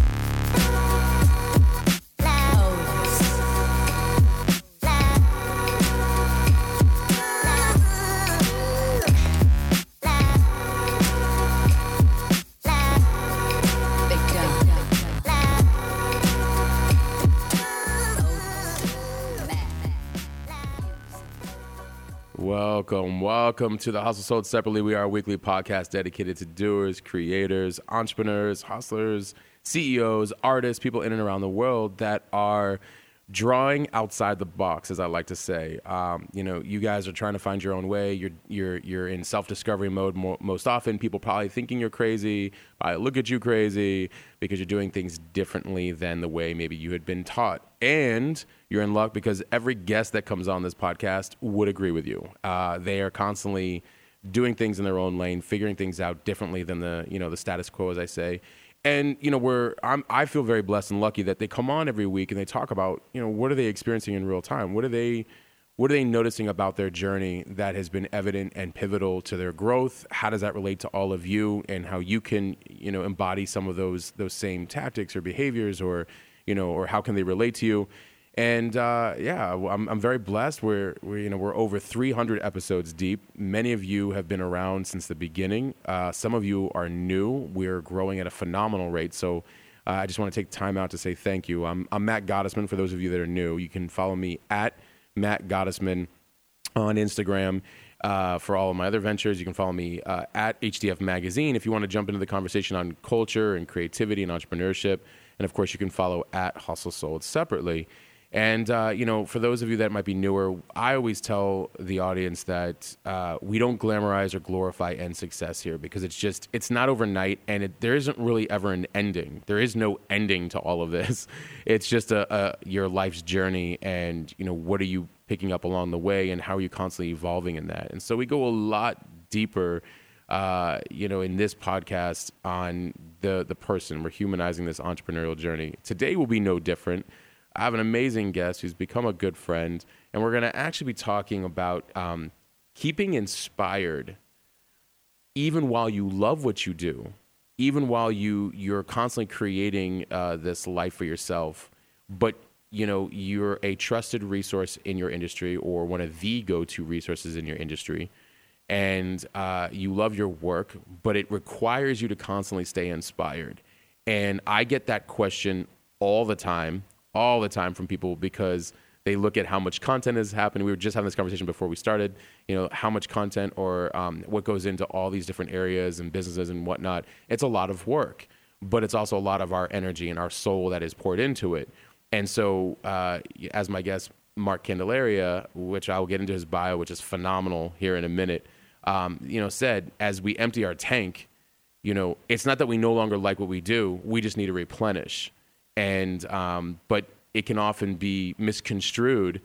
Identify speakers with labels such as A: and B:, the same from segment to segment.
A: back.
B: Welcome, welcome to the Hustle Sold Separately. We are a weekly podcast dedicated to doers, creators, entrepreneurs, hustlers, CEOs, artists, people in and around the world that are drawing outside the box, as I like to say. Um, you know, you guys are trying to find your own way. You're you're you're in self discovery mode mo most often. People probably thinking you're crazy. Probably look at you crazy because you're doing things differently than the way maybe you had been taught. And you're in luck because every guest that comes on this podcast would agree with you. Uh, they are constantly doing things in their own lane, figuring things out differently than the you know the status quo, as I say. And you know, we're I'm, I feel very blessed and lucky that they come on every week and they talk about you know what are they experiencing in real time, what are they what are they noticing about their journey that has been evident and pivotal to their growth? How does that relate to all of you and how you can, you know, embody some of those those same tactics or behaviors or, you know, or how can they relate to you? And uh, yeah, w- I'm, I'm very blessed. We're, we're, you know, we're over 300 episodes deep. Many of you have been around since the beginning. Uh, some of you are new. We're growing at a phenomenal rate. So uh, I just want to take time out to say thank you. I'm, I'm Matt Gottesman. For those of you that are new, you can follow me at Matt Gottesman on Instagram. Uh, for all of my other ventures, you can follow me uh, at HDF Magazine. If you want to jump into the conversation on culture and creativity and entrepreneurship, and of course, you can follow at Hustle Sold separately. And uh, you know, for those of you that might be newer, I always tell the audience that uh, we don't glamorize or glorify end success here because it's just it's not overnight, and it, there isn't really ever an ending. There is no ending to all of this. It's just a, a your life's journey, and you know, what are you picking up along the way, and how are you constantly evolving in that. And so we go a lot deeper uh, you know, in this podcast on the the person. We're humanizing this entrepreneurial journey. Today will be no different. I have an amazing guest who's become a good friend, and we're going to actually be talking about um, keeping inspired, even while you love what you do, even while you you're constantly creating uh, this life for yourself, but you know you're a trusted resource in your industry or one of the go-to resources in your industry and uh, you love your work, but it requires you to constantly stay inspired. And I get that question all the time, all the time from people because they look at how much content is happening. We were just having this conversation before we started, you know, how much content or um, what goes into all these different areas and businesses and whatnot. It's a lot of work, but it's also a lot of our energy and our soul that is poured into it. And so, uh, as my guest, Mark Candelaria, which I will get into his bio, which is phenomenal here in a minute, um, you know, said as we empty our tank, you know, it's not that we no longer like what we do, we just need to replenish. And, um, but it can often be misconstrued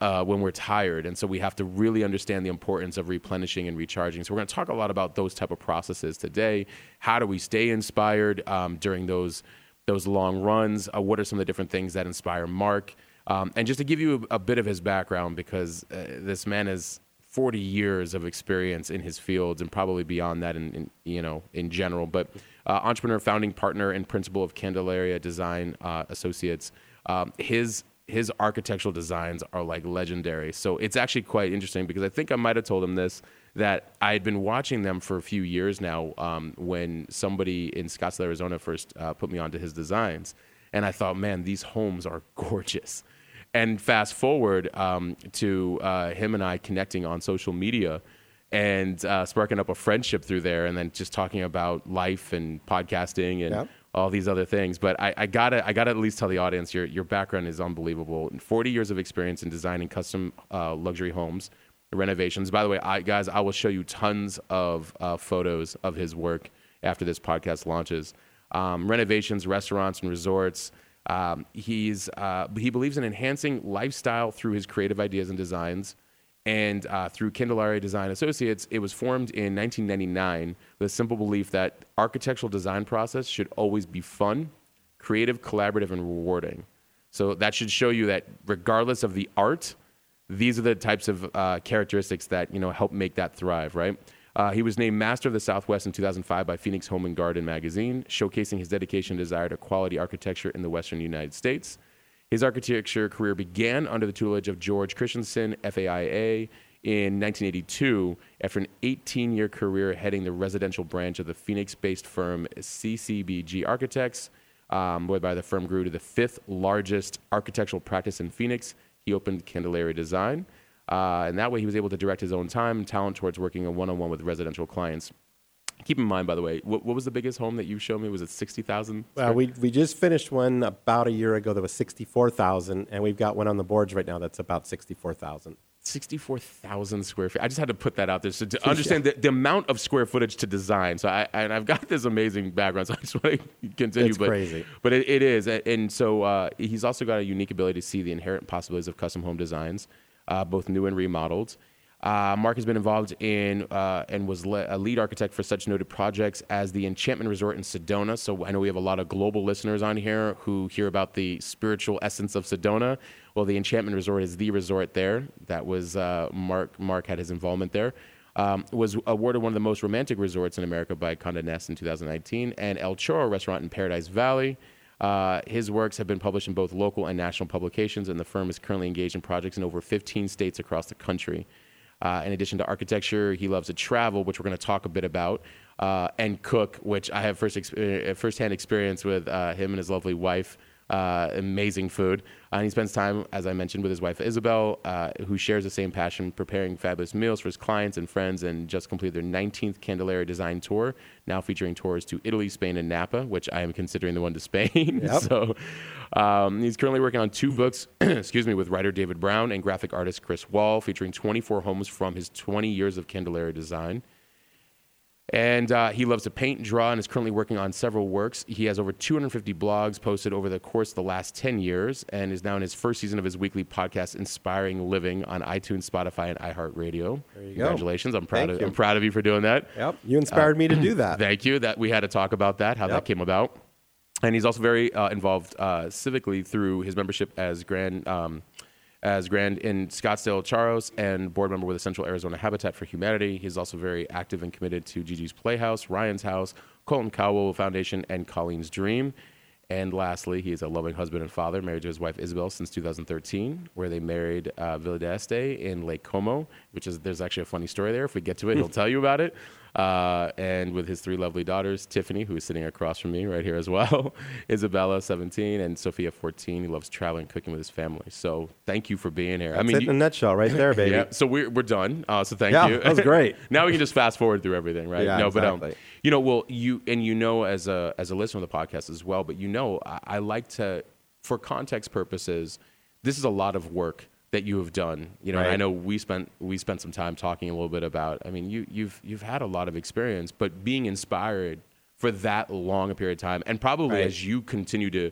B: uh, when we're tired. And so we have to really understand the importance of replenishing and recharging. So we're going to talk a lot about those type of processes today. How do we stay inspired um, during those, those long runs? Uh, what are some of the different things that inspire Mark? Um, and just to give you a, a bit of his background, because uh, this man has 40 years of experience in his fields and probably beyond that in, in you know in general. But uh, entrepreneur, founding partner, and principal of Candelaria Design uh, Associates, um, his his architectural designs are like legendary. So it's actually quite interesting because I think I might have told him this that I had been watching them for a few years now. Um, when somebody in Scottsdale, Arizona, first uh, put me onto his designs, and I thought, man, these homes are gorgeous. And fast forward um, to uh, him and I connecting on social media and uh, sparking up a friendship through there, and then just talking about life and podcasting and
C: Yep.
B: all these other things. But I, I gotta, I gotta at least tell the audience your your background is unbelievable. Forty years of experience in designing custom uh, luxury homes renovations. By the way, I, guys, I will show you tons of uh, photos of his work after this podcast launches. Um, renovations, restaurants, and resorts. Um, he's uh, he believes in enhancing lifestyle through his creative ideas and designs. And uh, through Candelaria Design Associates, it was formed in 1999 with a simple belief that architectural design process should always be fun, creative, collaborative, and rewarding. So that should show you that regardless of the art, these are the types of uh, characteristics that you know help make that thrive, right? Uh, he was named Master of the Southwest in 2005 by Phoenix Home and Garden magazine, showcasing his dedication and desire to quality architecture in the Western United States. His architecture career began under the tutelage of George Christensen, FAIA, in 1982 after an 18 year career heading the residential branch of the Phoenix based firm CCBG Architects, um, whereby the firm grew to the fifth largest architectural practice in Phoenix. He opened Candelaria Design. Uh, and that way, he was able to direct his own time and talent towards working one on one with residential clients. Keep in mind, by the way, what, what was the biggest home that you showed me? Was it 60,000?
C: Well, we, we just finished one about a year ago that was 64,000, and we've got one on the boards right now that's about 64,000.
B: 64,000 square feet. I just had to put that out there so to understand the, the amount of square footage to design. So I and I've got this amazing background, so I just want to continue.
C: It's
B: but
C: crazy.
B: but it, it is, A- and so uh, he's also got a unique ability to see the inherent possibilities of custom home designs, uh, both new and remodeled. Uh, Mark has been involved in uh, and was le- a lead architect for such noted projects as the Enchantment Resort in Sedona. So I know we have a lot of global listeners on here who hear about the spiritual essence of Sedona. Well, the Enchantment Resort is the resort there. That was uh, Mark. Mark had his involvement there. Um, was awarded one of the most romantic resorts in America by Condé Nast in 2019, and El Choro restaurant in Paradise Valley. Uh, his works have been published in both local and national publications, and the firm is currently engaged in projects in over 15 states across the country. Uh, in addition to architecture, he loves to travel, which we're going to talk a bit about, uh, and cook, which I have first exp- uh, firsthand experience with uh, him and his lovely wife. Uh, amazing food. Uh, And he spends time, as I mentioned, with his wife Isabel, uh, who shares the same passion, preparing fabulous meals for his clients and friends, and just completed their 19th Candelaria Design Tour, now featuring tours to Italy, Spain, and Napa, which I am considering the one to Spain.
C: Yep.
B: so um, he's currently working on two books, excuse me, with writer David Brown and graphic artist Chris Wall, featuring 24 homes from his 20 years of Candelaria design. And uh, he loves to paint, draw, and is currently working on several works. He has over 250 blogs posted over the course of the last 10 years and is now in his first season of his weekly podcast, Inspiring Living, on iTunes, Spotify, and iHeartRadio.
C: There you go.
B: Congratulations. I'm proud,
C: Thank
B: of,
C: you.
B: I'm proud of you for doing that.
C: Yep. You inspired me to do that.
B: Thank you. That we had to talk about that, how that
C: Yep.
B: came about, and he's also very uh, involved uh, civically through his membership as grand um, as grand in Scottsdale Charros and board member with the Central Arizona Habitat for Humanity. He's also very active and committed to Gigi's Playhouse, Ryan's House, Colton Cowell Foundation, and Colleen's Dream. And lastly, he is a loving husband and father, married to his wife Isabel since 2013, where they married uh, Villa d'Este in Lake Como, which is there's actually a funny story there. If we get to it, he'll tell you about it. Uh, and with his three lovely daughters, Tiffany, who is sitting across from me right here as well, Isabella, 17, and Sophia, 14. He loves traveling and cooking with his family. So thank you for being here. I
C: That's
B: mean,
C: it in a
B: you-
C: nutshell, right there, baby.
B: yeah, so we're, we're done. Uh, so thank
C: Yeah,
B: you.
C: that was great.
B: now we can just fast forward through everything, right?
C: Yeah,
B: no, but um,
C: exactly.
B: you know, well, you and you know as a as a listener of the podcast as well, but you know, I, I like to, for context purposes, this is a lot of work that you have done. You know, and I
C: Right.
B: know we spent we spent some time talking a little bit about. I mean, you you've you've had a lot of experience, but being inspired for that long a period of time, and probably
C: Right.
B: as you continue to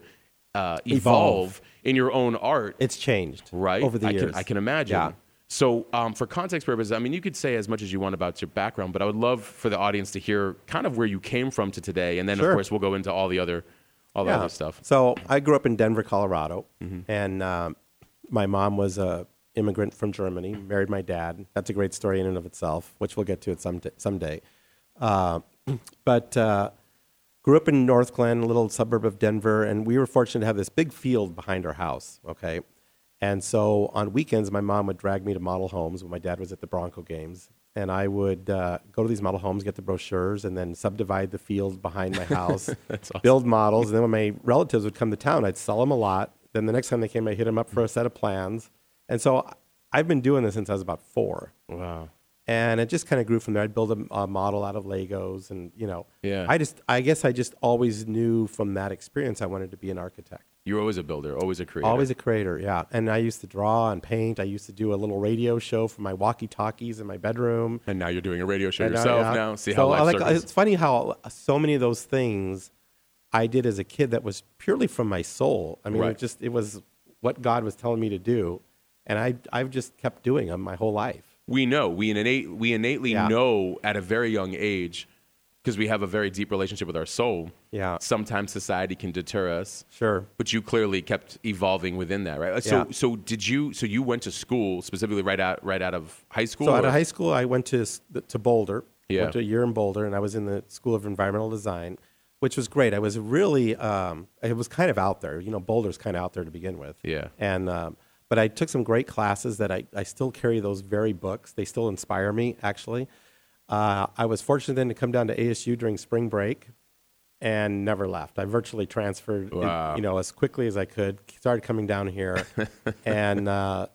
B: uh, evolve,
C: Evolve.
B: in your own art,
C: It's changed
B: right
C: over the
B: I
C: years.
B: Can, I can imagine.
C: Yeah.
B: So, um, for context purposes, I mean, you could say as much as you want about your background, but I would love for the audience to hear kind of where you came from to today, and then
C: Sure.
B: of course we'll go into all the other, all the
C: Yeah.
B: other stuff. Mm-hmm.
C: So I grew up in Denver, Colorado, and um, my mom was a immigrant from Germany. Married my dad. That's a great story in and of itself, which we'll get to it some someday. Uh, but uh, grew up in North Glen, a little suburb of Denver, and we were fortunate to have this big field behind our house. Okay, and so on weekends, my mom would drag me to model homes when my dad was at the Bronco games. And I would uh, go to these model homes, get the brochures, and then subdivide the field behind my house, build models. And then when my relatives would come to town, I'd sell them a lot. Then the next time they came, I'd hit them up for a set of plans. And so I've been doing this since I was about four
B: Wow.
C: and it just kind of grew from there. I'd build a, a model out of Legos, and you know,
B: Yeah.
C: I just, I guess, I just always knew from that experience I wanted to be an architect.
B: You were always a builder, always a creator.
C: Always a creator, yeah. And I used to draw and paint. I used to do a little radio show for my walkie-talkies in my bedroom.
B: and now you're doing a radio show
C: And, uh,
B: yourself.
C: yeah.
B: Now, see
C: So,
B: how
C: I
B: life
C: like-
B: circles.
C: It's funny how so many of those things I did as a kid that was purely from my soul. I mean,
B: Right.
C: it just it was what God was telling me to do, and I I've just kept doing them my whole life.
B: we know we innate we innately
C: Yeah.
B: know at a very young age because we have a very deep relationship with our soul.
C: Yeah.
B: Sometimes society can deter us.
C: Sure.
B: But you clearly kept evolving within that, right? So
C: Yeah.
B: so did you so you went to school specifically right out right out of high school?
C: So out
B: or-
C: of high school, I went to s- to Boulder,
B: Yeah.
C: Went to a year in Boulder, and I was in the School of Environmental Design, which was great. I was really, um, it was kind of out there. You know, Boulder's kind of out there to begin with.
B: Yeah.
C: And um, but I took some great classes that I, I still carry those very books. They still inspire me. Actually, uh, I was fortunate then to come down to ASU during spring break, and never left. I virtually transferred, in-
B: Wow.
C: you know, as quickly as I could. Started coming down here, and uh,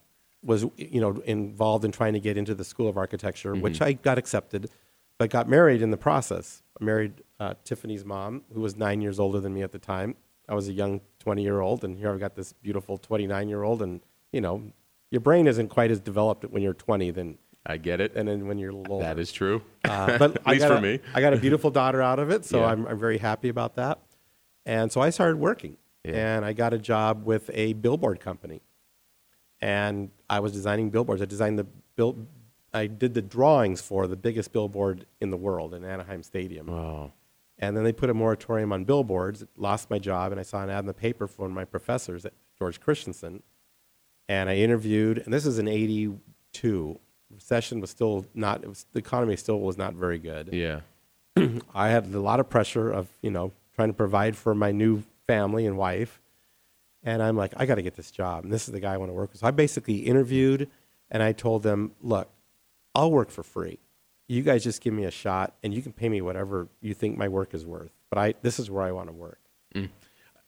C: was you know involved in trying to get into the School of Architecture,
B: Mm-hmm.
C: which I got accepted, but got married in the process. I married uh, Tiffany's mom, who was nine years older than me at the time. I was a young twenty-year-old, and here I've got this beautiful twenty-nine-year-old, and you know, your brain isn't quite as developed when you're twenty than
B: I get it.
C: and then when you're a little older.
B: that is true.
C: Uh, but I
B: least
C: got
B: for
C: a-
B: me.
C: I got a beautiful daughter out of it, so
B: Yeah.
C: I'm, I'm very happy about that. And so I started working,
B: Yeah.
C: and I got a job with a billboard company, and I was designing billboards. I designed the bill, I did the drawings for the biggest billboard in the world in Anaheim Stadium.
B: Wow.
C: And then they put a moratorium on billboards. Lost my job, and I saw an ad in the paper from one of my professors, George Christensen. And I interviewed, and this is in '82. Recession was still not. It was, the economy still was not very good.
B: Yeah.
C: I had a lot of pressure of you know trying to provide for my new family and wife, and I'm like, I got to get this job, and this is the guy I want to work with. So I basically interviewed, and I told them, look, I'll work for free. You guys just give me a shot, and you can pay me whatever you think my work is worth. But I, this is where I want to work,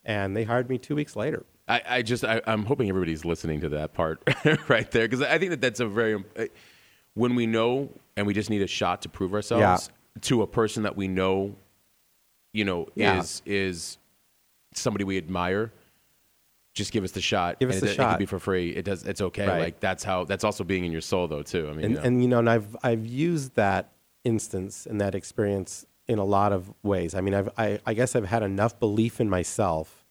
C: and they hired me two weeks later.
B: I, I just I, I'm hoping everybody's listening to that part right there because I think that that's a very um, eh, when we know and we just need a shot to prove ourselves to a person that we know, you know,
C: Yeah.
B: is is somebody we admire. Just give us the shot.
C: Give us
B: and
C: the
B: it, It
C: shot.
B: could be for free. It does. It's okay.
C: Right.
B: Like that's how. That's also being in your soul though too. I mean,
C: and,
B: you know.
C: and you know, and I've I've used that instance and that experience in a lot of ways. I mean, I've I, I guess I've had enough belief in myself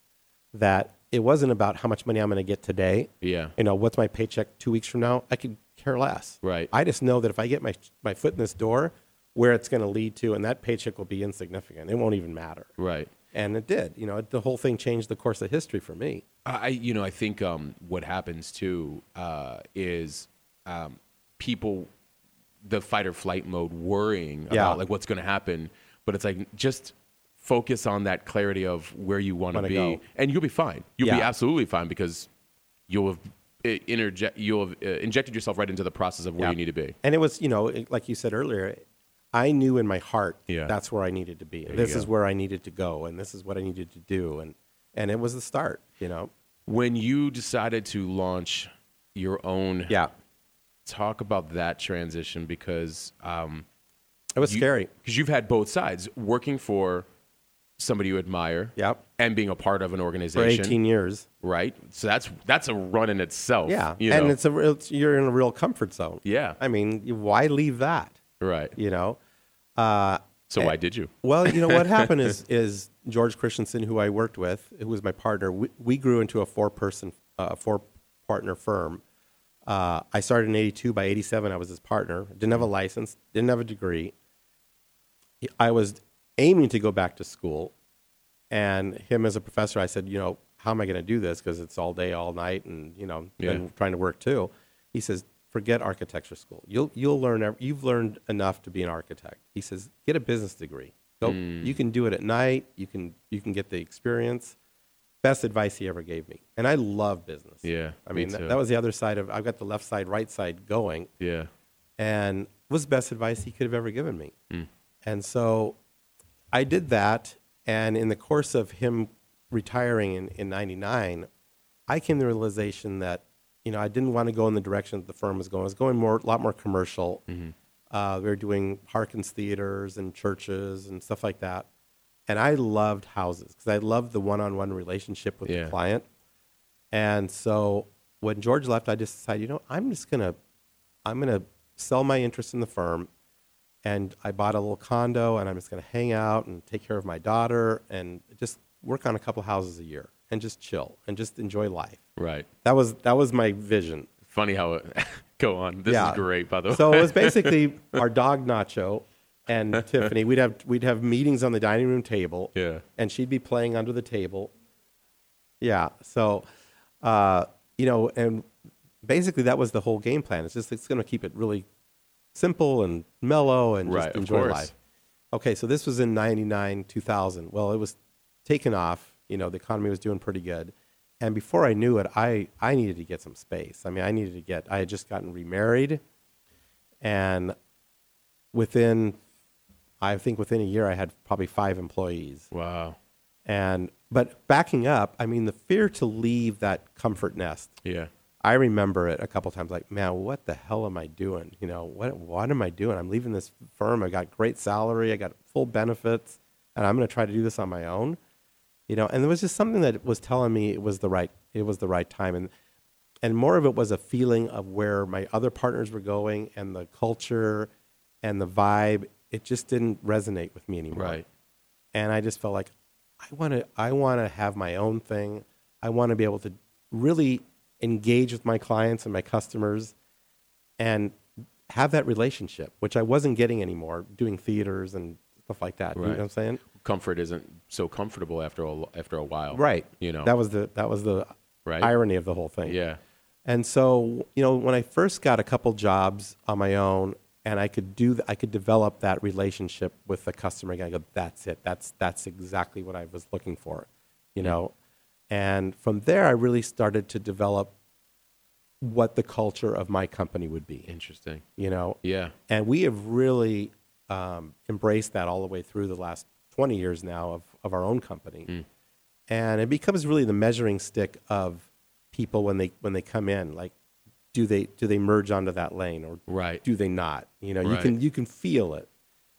C: that it wasn't about how much money I'm going to get today.
B: Yeah.
C: You know, what's my paycheck two weeks from now? I could care less.
B: Right.
C: I just know that if I get my my foot in this door, where it's going to lead to, and that paycheck will be insignificant. It won't even matter.
B: right.
C: And it did. You know, it, the whole thing changed the course of history for me.
B: I, you know, I think um, what happens too uh, is um, people, the fight or flight mode, worrying
C: Yeah.
B: about like what's going to happen, but it's like just focus on that clarity of where you want to
C: Wanna
B: be,
C: go.
B: and you'll be fine. You'll be
C: Yeah.
B: absolutely fine because you'll have i- interject, you'll have uh, injected yourself right into the process of where
C: Yeah.
B: you need to be.
C: And it was, you know, it- like you said earlier, I knew in my heart
B: Yeah.
C: that's where I needed to be.
B: you
C: This is
B: go.
C: where I needed to go, and this is what I needed to do, and and it was the start, you know.
B: When you decided to launch your own,
C: Yeah,
B: talk about that transition because. Um,
C: it was scary.
B: because you've had both sides working for somebody you admire
C: Yep.
B: and being a part of an
C: For
B: organization
C: 18 years.
B: right so that's that's a run in itself
C: Yeah,
B: you
C: and
B: know?
C: it's a real, it's- you're in a real comfort zone.
B: Yeah.
C: I mean, you- why leave that?
B: right
C: You know.
B: so why did you
C: Well, you know what happened is is George Christensen, who I worked with, who was my partner, we, we grew into a four person, uh, four partner firm. Uh, I started in '82. By '87, I was his partner. Didn't have a license. Didn't have a degree. I was aiming to go back to school, and him as a professor, I said, you know, how am I going to do this? Because it's all day, all night, and you know,
B: Yeah.
C: been trying to work too. He says, forget architecture school. You'll you'll learn. ev- You've learned enough to be an architect. He says, get a business degree. Go. You can do it at night. You can you can get the experience. Best advice he ever gave me, and I love business.
B: Yeah,
C: I
B: me
C: mean that-
B: too.
C: that was the other side of. I've got the left side, right side going
B: yeah
C: and was the best advice he could have ever given me. And so I did that. And in the course of him retiring in, in 99, I came to the realization that, you know, I didn't want to go in the direction that the firm was going. I was going more, a lot more commercial. Uh, we were doing Harkins theaters and churches and stuff like that. And I loved houses because I loved the one-on-one relationship with
B: Yeah.
C: the client. And so when George left, I just decided, you know, I'm just gonna, I'm gonna sell my interest in the firm, and I bought a little condo, and I'm just gonna hang out and take care of my daughter, and just work on a couple houses a year, and just chill, and just enjoy life.
B: right
C: That was that was my vision.
B: funny how it go on this is great by the way
C: So it was basically our dog Nacho and Tiffany. We'd have we'd have meetings on the dining room table.
B: Yeah.
C: And she'd be playing under the table. Yeah. So uh, you know, and basically that was the whole game plan. It's just it's gonna keep it really simple and mellow and
B: Right,
C: just
B: of
C: enjoy
B: course.
C: life. Okay, so this was in 99, 2000. Well, it was taken off. You know, the economy was doing pretty good. And before I knew it, I, I needed to get some space. I mean, I needed to get, I had just gotten remarried. And within, I think within a year, I had probably five employees.
B: Wow.
C: And, but backing up, I mean, the fear to leave that comfort nest
B: Yeah.
C: I remember it a couple times like, man, what the hell am I doing? You know, what what am I doing? I'm leaving this firm. I got great salary. I got full benefits, and I'm going to try to do this on my own. You know, and there was just something that was telling me it was the right it was the right time and and more of it was a feeling of where my other partners were going and the culture and the vibe. It just didn't resonate with me anymore
B: Right.
C: and I just felt like I want to I want to have my own thing. I want to be able to really engage with my clients and my customers and have that relationship, which I wasn't getting anymore doing theaters and stuff like that. You know
B: Right.
C: what I'm saying?
B: Comfort isn't so comfortable after a after a while.
C: Right.
B: You know.
C: That was the that was the
B: Right.
C: irony of the whole thing.
B: Yeah.
C: And so, you know, when I first got a couple jobs on my own and I could do, th- I could develop that relationship with the customer again, I go, that's it. That's, that's exactly what I was looking for, you
B: Mm-hmm.
C: know? And from there, I really started to develop what the culture of my company would be,
B: Interesting.
C: you know?
B: Yeah.
C: And we have really um, embraced that all the way through the last 20 years now of, of our own company.
B: Mm.
C: And it becomes really the measuring stick of people when they, when they come in. Like, do they, do they merge onto that lane or
B: Right.
C: do they not? You know, you,
B: Right.
C: can, you can feel it.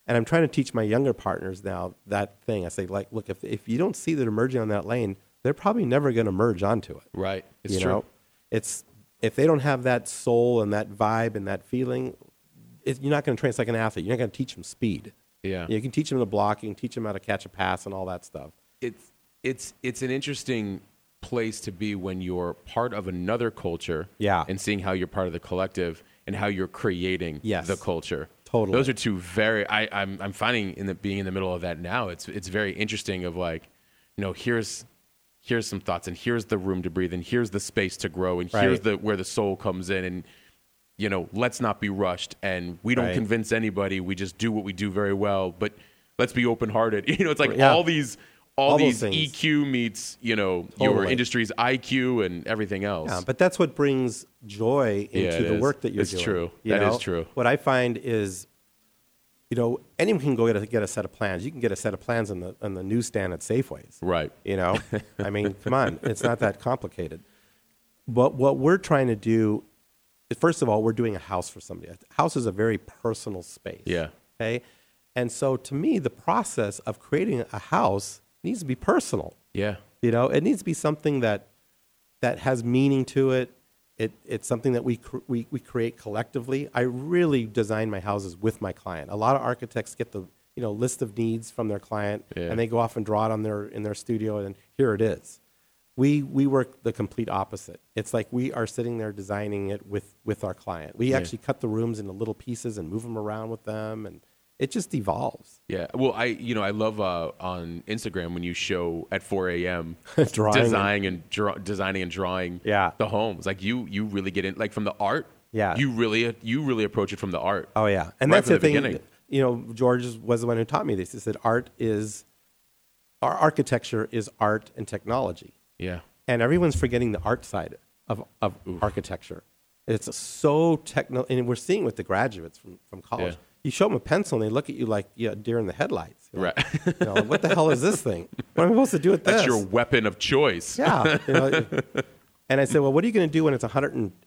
C: And I'm trying to teach my younger partners now that thing. I say, like, look, if, if you don't see that they're merging on that lane, they're probably never going to merge onto it
B: Right. It's
C: you
B: true.
C: know, it's if they don't have that soul and that vibe and that feeling, it, you're not going to train. It's like an athlete. You're not going to teach them speed.
B: Yeah.
C: You can teach them to block. You can teach them how to catch a pass and all that stuff.
B: it's it's it's an interesting place to be when you're part of another culture
C: Yeah.
B: and seeing how you're part of the collective and how you're creating
C: Yes.
B: the culture
C: Totally.
B: those are two very I, I'm I'm finding in the being in the middle of that now it's it's very interesting of like you know here's here's some thoughts and here's the room to breathe and here's the space to grow and here's
C: Right.
B: the where the soul comes in and you know let's not be rushed and we don't
C: Right.
B: convince anybody we just do what we do very well but let's be open hearted you know it's like
C: Yeah.
B: all these all,
C: All those
B: these
C: things.
B: EQ meets you know your
C: Totally.
B: industry's IQ and everything else.
C: Yeah, but that's what brings joy into
B: Yeah, it
C: the
B: is.
C: work that you're
B: It's
C: doing.
B: true.
C: you
B: That is
C: know?
B: true.
C: What I find is, you know, anyone can go get a, get a set of plans. You can get a set of plans on the on the newsstand at Safeways.
B: Right.
C: You know, I mean, come on, it's not that complicated. But what we're trying to do, first of all, we're doing a house for somebody. A house is a very personal space.
B: Yeah.
C: Okay. And so, to me, the process of creating a house needs to be personal.
B: yeah,
C: You know, it needs to be something that that has meaning to it. It it's something that we cr- we we create collectively. I really design my houses with my client. A lot of architects get the you know list of needs from their client,
B: Yeah.
C: and they go off and draw it on their in their studio, and here it is. We we work the complete opposite. It's like we are sitting there designing it with with our client. We actually cut the rooms into little pieces and move them around with them, and it just evolves.
B: yeah. Well, I you know I love uh, on Instagram when you show at 4 a.m.
C: Drawing and-
B: design and draw, designing and drawing
C: Yeah.
B: the homes. Like you you really get in like from the art.
C: Yeah.
B: you really you really approach it from the art.
C: Oh yeah, and
B: Right
C: that's
B: from
C: the,
B: the
C: thing.
B: beginning.
C: You know, George was the one who taught me this. He said art is, our architecture is art and technology,
B: yeah,
C: and everyone's forgetting the art side of of architecture. It's so techno, and we're seeing with the graduates from from college.
B: Yeah.
C: You show them a pencil, and they look at you like you know, deer in the headlights. You're like,
B: Right.
C: you know, what the hell is this thing? What am I supposed to do with
B: that's
C: this?
B: your weapon of choice.
C: Yeah. you know, and I said, Well, what are you going to do when it's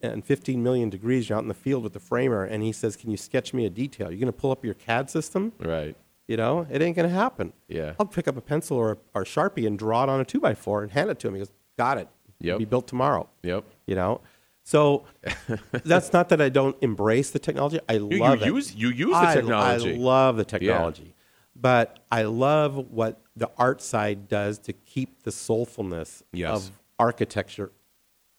C: 115 million degrees? You're out in the field with the framer. And he says, Can you sketch me a detail? You're going to pull up your CAD system?
B: right.
C: You know, it ain't going to happen.
B: Yeah.
C: I'll pick up a pencil or, or Sharpie and draw it on a two by four and hand it to him. He goes, Got it.
B: Yep.
C: It'll be built tomorrow.
B: Yep.
C: You know? So that's not that I don't embrace the technology. I
B: You, you
C: love it.
B: use you use the
C: I-
B: technology.
C: I love the technology, but I love what the art side does to keep the soulfulness
B: Yes.
C: of architecture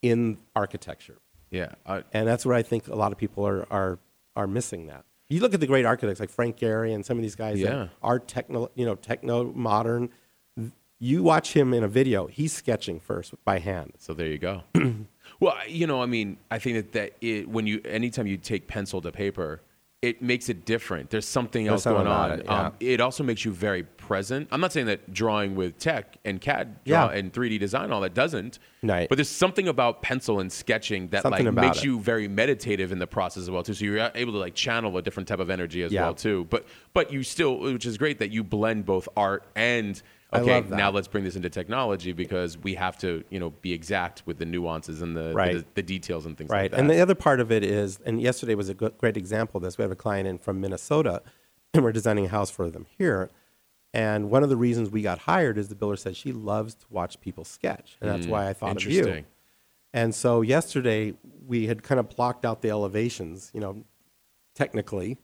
C: in architecture,
B: yeah, I-
C: and that's where I think a lot of people are are are missing that. You look at the great architects like Frank Gehry and some of these guys
B: Yeah.
C: that are techno, you know, techno modern. You watch him in a video; he's sketching first by hand.
B: So there you go. well, I- you know, I mean, I think that that it, when you anytime you take pencil to paper, it makes it different. There's something
C: There's
B: else going
C: something about
B: on.
C: it, yeah.
B: um, it also makes you very present. I'm not saying that drawing with tech and CAD draw
C: Yeah.
B: and 3D design all that doesn't.
C: Right.
B: But there's something about pencil and sketching that
C: Something
B: like
C: about
B: makes
C: it.
B: you very meditative in the process as well too. So you're uh, able to like channel a different type of energy as
C: Yeah.
B: well too. But but you still, which is great that you blend both art and
C: I
B: okay.
C: love that.
B: Now let's bring this into technology because we have to you know be exact with the nuances and the
C: Right.
B: the, the details and things like
C: Right.
B: that.
C: And the other part of it is, and yesterday was a good, great example of this. We have a client in from Minnesota, and we're designing a house for them here. And one of the reasons we got hired is the builder said she loves to watch people sketch. And that's why I thought of you.
B: Mm, Interesting.
C: And so yesterday we had kind of blocked out the elevations, you know, technically.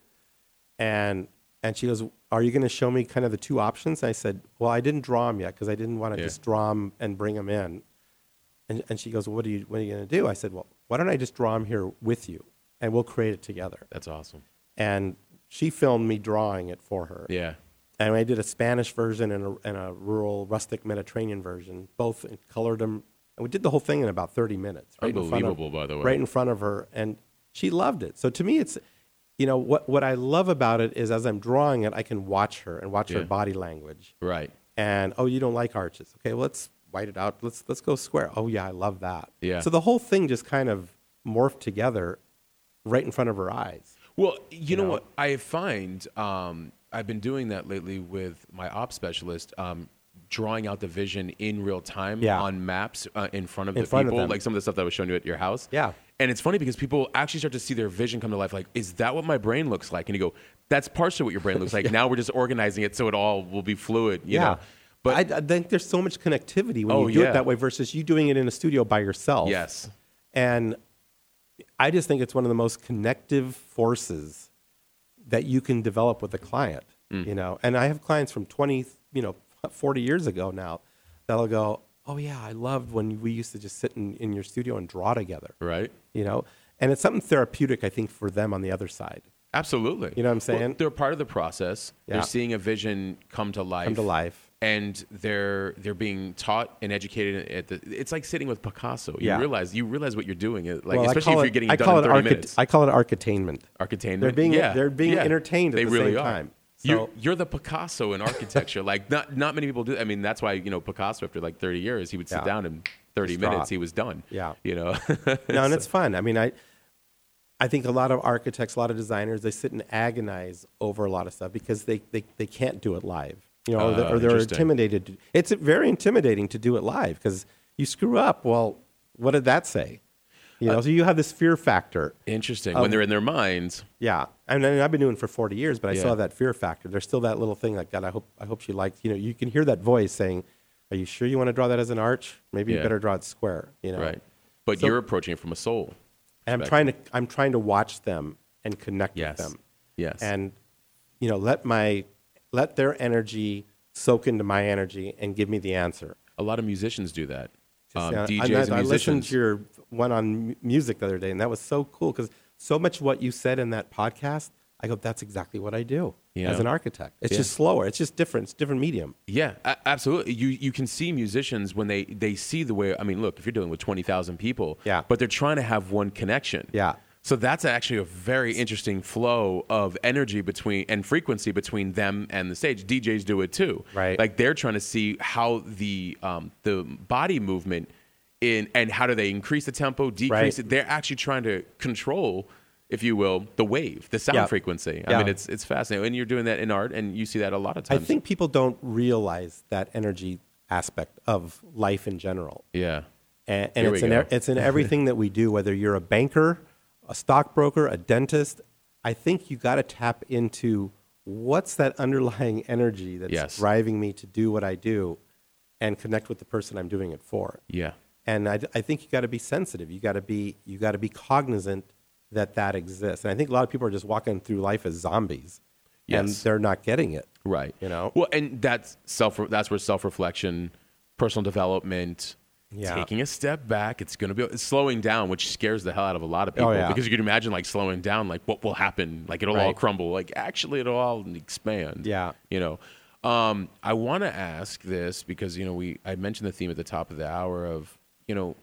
C: And and she goes, "Are you going to show me kind of the two options?" I said, "Well, I didn't draw them yet because I didn't want to
B: Yeah.
C: just draw them and bring them in." And, and she goes, well, "What are you What are you going to do?" I said, "Well, why don't I just draw them here with you, and we'll create it together."
B: That's awesome.
C: And she filmed me drawing it for her.
B: Yeah.
C: And I did a Spanish version and a, and a rural, rustic Mediterranean version, both and colored them. And we did the whole thing in about 30 minutes. in front of-
B: Unbelievable, by the way.
C: Right in front of her. And she loved it. So to me, it's, you know, what, what I love about it is as I'm drawing it, I can watch her and watch
B: Yeah.
C: her body language.
B: Right.
C: And, oh, you don't like arches. Okay, well, let's white it out. Let's, let's go square. Oh, yeah, I love that.
B: Yeah.
C: So the whole thing just kind of morphed together right in front of her eyes.
B: Well, you, know,
C: know?
B: what I find um, I've been doing that lately with my ops specialist, um, drawing out the vision in real time
C: Yeah.
B: on maps uh, in front of
C: In
B: the
C: front of
B: people,
C: them.
B: like some of the stuff that I was showing you at your house.
C: Yeah.
B: And it's funny because people actually start to see their vision come to life. Like, is that what my brain looks like? And you go, that's partially what your brain looks like. Now we're just organizing it so it all will be fluid. You Know? But
C: But I, I think there's so much connectivity when
B: Oh,
C: you do
B: yeah.
C: it that way versus you doing it in a studio by yourself.
B: yes,
C: And I just think it's one of the most connective forces that you can develop with a client,
B: Mm.
C: you know. And I have clients from 20, you know, 40 years ago now that'll go, "Oh yeah, I loved when we used to just sit in, in your studio and draw together."
B: right.
C: You know, and it's something therapeutic I think for them on the other side.
B: Absolutely.
C: You know what I'm
B: Well,
C: saying?
B: they're part of the process.
C: Yeah.
B: They're seeing a vision come to life.
C: Come to life.
B: And they're they're being taught and educated at the. It's like sitting with Picasso. You
C: Yeah.
B: realize you realize what you're doing. It- Like
C: I
B: especially if
C: call
B: you're
C: it-
B: getting
C: I
B: it done
C: call
B: in
C: it
B: 30
C: archit-
B: minutes.
C: I call it architainment.
B: Architainment.
C: They're being-
B: yeah.
C: they're being
B: yeah.
C: entertained at
B: they
C: the
B: really
C: same
B: are.
C: time.
B: You're,
C: So-
B: you're the Picasso in architecture. like not not many people do. I mean, that's why you know Picasso after like 30 years, he would sit
C: Yeah.
B: down and 30
C: Just draw.
B: minutes he was done.
C: Yeah.
B: You know.
C: no, and it's fun. I mean, I, I think a lot of architects, a lot of designers, they sit and agonize over a lot of stuff because they, they, they can't do it live. You know, or they're,
B: Ah,
C: or they're
B: interesting.
C: intimidated. to- It's very intimidating to do it live because you screw up. Well, what did that say? You
B: Uh,
C: know, so you have this fear factor.
B: Interesting.
C: Um,
B: when they're in their minds.
C: Yeah, I mean, I've been doing it for forty years, but I
B: Yeah.
C: still have that fear factor. There's still that little thing like God. I hope I hope she likes. You know, you can hear that voice saying, "Are you sure you want to draw that as an arch? Maybe
B: Yeah.
C: you better draw it square." You know,
B: Right. But
C: So-
B: you're approaching it from a soul.
C: and I'm
B: perspective.
C: trying to I'm trying to watch them and connect
B: Yes.
C: with them.
B: Yes.
C: And you know, let my let their energy soak into my energy and give me the answer.
B: A lot of musicians do that.
C: Just,
B: Um,
C: uh,
B: DJs
C: I,
B: and
C: I
B: musicians.
C: listened to your one on mu- music the other day, and that was so cool because so much what you said in that podcast, I go, that's exactly what I do
B: Yeah.
C: as an architect. It's
B: Yeah.
C: just slower. It's just different. It's a different medium.
B: yeah, a- absolutely. You you can see musicians when they they see the way. I mean, look, if you're dealing with twenty thousand people,
C: Yeah.
B: but they're trying to have one connection.
C: Yeah.
B: So that's actually a very interesting flow of energy between and frequency between them and the stage. DJs do it too,
C: Right.
B: Like they're trying to see how the um, the body movement in and how do they increase the tempo, decrease
C: Right.
B: it. They're actually trying to control, if you will, the wave, the sound
C: Yeah.
B: frequency. I
C: Yeah.
B: mean, it's it's fascinating, and you're doing that in art, and you see that a lot of
C: I
B: times.
C: think people don't realize that energy aspect of life in general.
B: Yeah.
C: and,
B: Here
C: and it's
B: we
C: in
B: go.
C: e- it's in everything that we do. Whether you're a banker, a stockbroker, a dentist, I think you got to tap into what's that underlying energy that's
B: Yes.
C: driving me to do what I do, and connect with the person I'm doing it for.
B: Yeah.
C: And I, I think you got to be sensitive. You got to be you got to be cognizant that that exists. And I think a lot of people are just walking through life as zombies, and
B: Yes.
C: they're not getting it.
B: Right.
C: You know.
B: Well, and that's self that's where self-reflection, personal development,
C: Yeah.
B: taking a step back, it's going to be it's slowing down, which scares the hell out of a lot of people
C: Oh, yeah.
B: because you can imagine like slowing down like what will happen, like it'll all
C: Right.
B: crumble, like actually it'll all expand.
C: Yeah.
B: You know. Um I want to ask this because you know we I mentioned the theme at the top of the hour of, you know,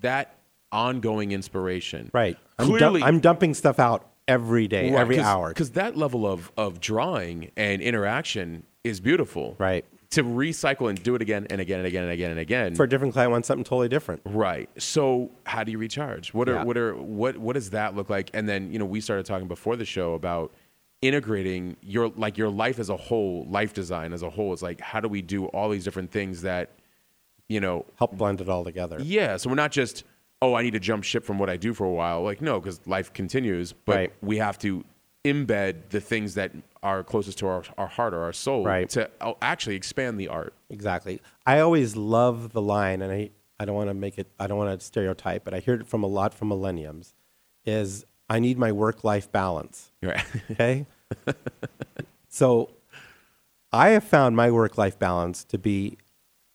B: that ongoing inspiration.
C: Right. I'm, dump-
B: Clearly
C: I'm dumping stuff out every day, every hour.
B: Because that level of, of drawing and interaction is beautiful.
C: Right.
B: To recycle and do it again and again and again and again and again.
C: For a different client, wants something totally different.
B: Right. So how do you recharge? What are
C: Yeah.
B: what are what what does that look like? And then, you know, we started talking before the show about integrating your like your life as a whole, life design as a whole. It's like how do we do all these different things that, you know,
C: Help blend it all together.
B: yeah. So we're not just, oh, I need to jump ship from what I do for a while. Like, no, because life continues, but
C: Right.
B: we have to embed the things that are closest to our, our heart or our soul
C: Right.
B: to uh, actually expand the art.
C: Exactly. I always love the line, and I, I don't want to make it, I don't want to stereotype, but I hear it from a lot from millenniums, is I need my work-life balance.
B: Right.
C: Okay. so I have found my work life balance to be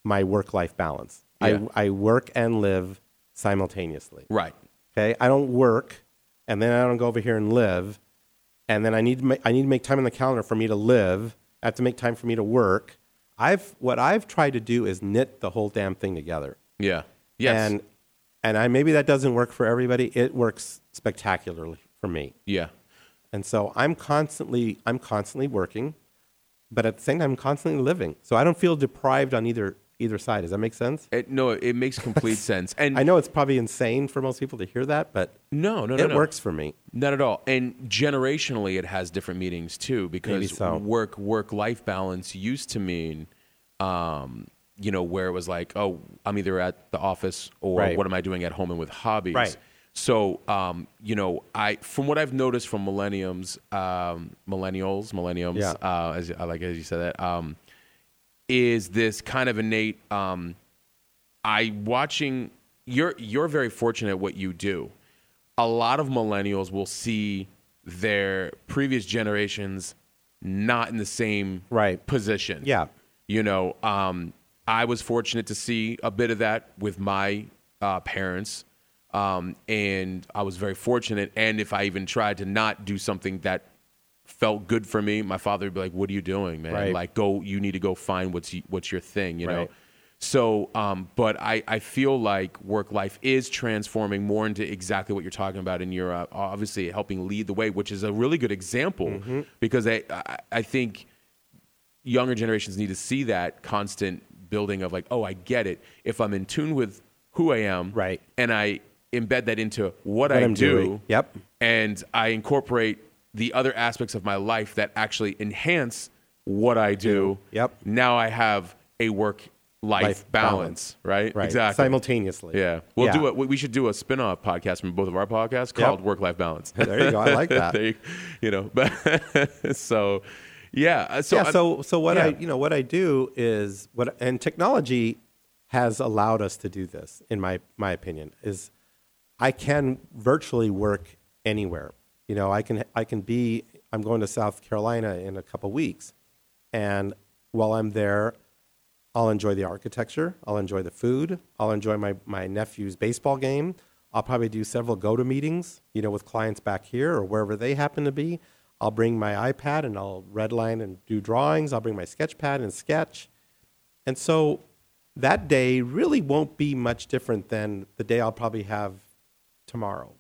C: my work life balance.
B: Yeah.
C: I, I work and live simultaneously.
B: right.
C: Okay. I don't work and then I don't go over here and live. And then I need, to ma- I need to make time in the calendar for me to live. I have to make time for me to work. I've, what I've tried to do is knit the whole damn thing together.
B: Yeah. Yes.
C: And, and I, maybe that doesn't work for everybody. It works spectacularly for me.
B: yeah.
C: And so I'm constantly I'm constantly working, but at the same time I'm constantly living. So I don't feel deprived on either either side. Does that make sense?
B: It, no, it makes complete sense. And
C: I know it's probably insane for most people to hear that, but
B: no, no, no,
C: it
B: no.
C: works for me.
B: Not at all. And generationally, it has different meanings too, because
C: so.
B: work work life balance used to mean, um, you know, where it was like, oh, I'm either at the office or
C: Right.
B: what am I doing at home and with hobbies.
C: Right.
B: So, um, you know, I from what I've noticed from millenniums, um, millennials, millenniums,
C: Yeah.
B: uh, as I like as you said that, um, is this kind of innate um, I watching you're you're very fortunate at what you do. A lot of millennials will see their previous generations not in the same
C: Right.
B: position.
C: Yeah.
B: You know, um, I was fortunate to see a bit of that with my uh, parents. Um, and I was very fortunate. And if I even tried to not do something that felt good for me, my father would be like, What are you doing, man?
C: Right.
B: Like, go, you need to go find what's, y- what's your thing, you
C: Right.
B: know? So, um, but I, I feel like work life is transforming more into exactly what you're talking about, and you're uh, obviously helping lead the way, which is a really good example
C: Mm-hmm.
B: because I, I, I think younger generations need to see that constant building of like, oh, I get it. If I'm in tune with who I am,
C: Right.
B: and I embed that into what, I
C: I'm
B: do,
C: doing. Yep.
B: and I incorporate the other aspects of my life that actually enhance what I do.
C: Yep.
B: Now I have a work life,
C: Life
B: balance,
C: balance.
B: right?
C: Right.
B: Exactly.
C: Simultaneously.
B: yeah. We'll
C: Yeah.
B: do it. We should do a spin off podcast from both of our podcasts called Work Life Balance.
C: There you go. I like that.
B: There you, you know, but so yeah. uh, So
C: yeah.
B: I-
C: so so what I
B: yeah.
C: you know what I do is what and technology has allowed us to do this. In my my opinion, is I can virtually work anywhere. You know, I can I can be. I'm going to South Carolina in a couple weeks, and while I'm there, I'll enjoy the architecture. I'll enjoy the food. I'll enjoy my, my nephew's baseball game. I'll probably do several go to meetings, you know, with clients back here or wherever they happen to be. I'll bring my iPad and I'll redline and do drawings. I'll bring my sketch pad and sketch. And so that day really won't be much different than the day I'll probably have tomorrow.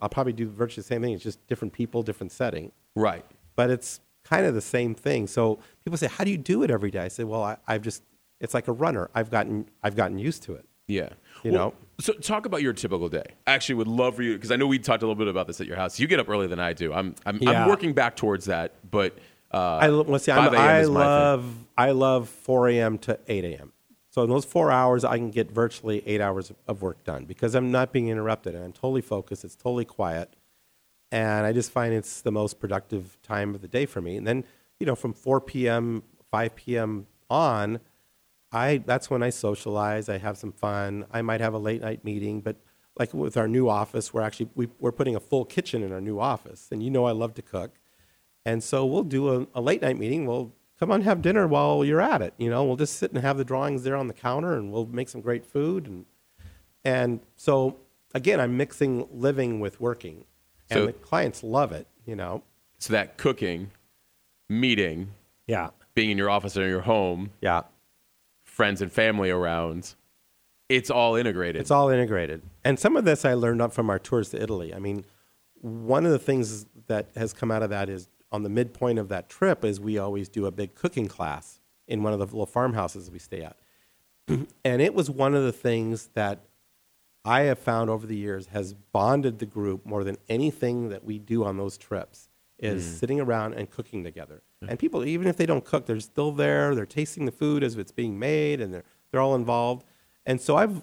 C: I'll probably do virtually the same thing. It's just different people, different setting
B: right.
C: but it's kind of the same thing. So people say, "How do you do it every day?" I say, "Well, I, I've just it's like a runner. I've gotten I've gotten used to it."
B: Yeah.
C: You know?
B: So talk about your typical day. I actually would love for you because I know we talked a little bit about this at your house. You get up earlier than I do. I'm I'm,
C: Yeah.
B: I'm working back towards that, but uh,
C: I let's see, I'm,
B: 5 a.m.
C: I
B: is my thing.
C: love I love 4 a.m. to 8 a.m. So in those four hours, I can get virtually eight hours of work done because I'm not being interrupted and I'm totally focused. It's totally quiet, and I just find it's the most productive time of the day for me. And then you know, from 4 p.m. 5 p.m. on, I that's when I socialize. I have some fun. I might have a late night meeting, but like with our new office, we're actually we, we're putting a full kitchen in our new office, and you know I love to cook, and so we'll do a, a late night meeting. We'll come on have dinner while you're at it. You know, we'll just sit and have the drawings there on the counter, and we'll make some great food, and and so again, I'm mixing living with working, and
B: So-
C: the clients love it. You know,
B: so that cooking, meeting,
C: yeah,
B: being in your office or your home,
C: yeah.
B: friends and family around. It's all integrated.
C: It's all integrated. And some of this I learned up from our tours to Italy. I mean, one of the things that has come out of that is on the midpoint of that trip is we always do a big cooking class in one of the little farmhouses we stay at. and it was one of the things that I have found over the years has bonded the group more than anything that we do on those trips is sitting around and cooking together. And people, even if they don't cook, they're still there. They're tasting the food as it's being made, and they're they're all involved. And so I've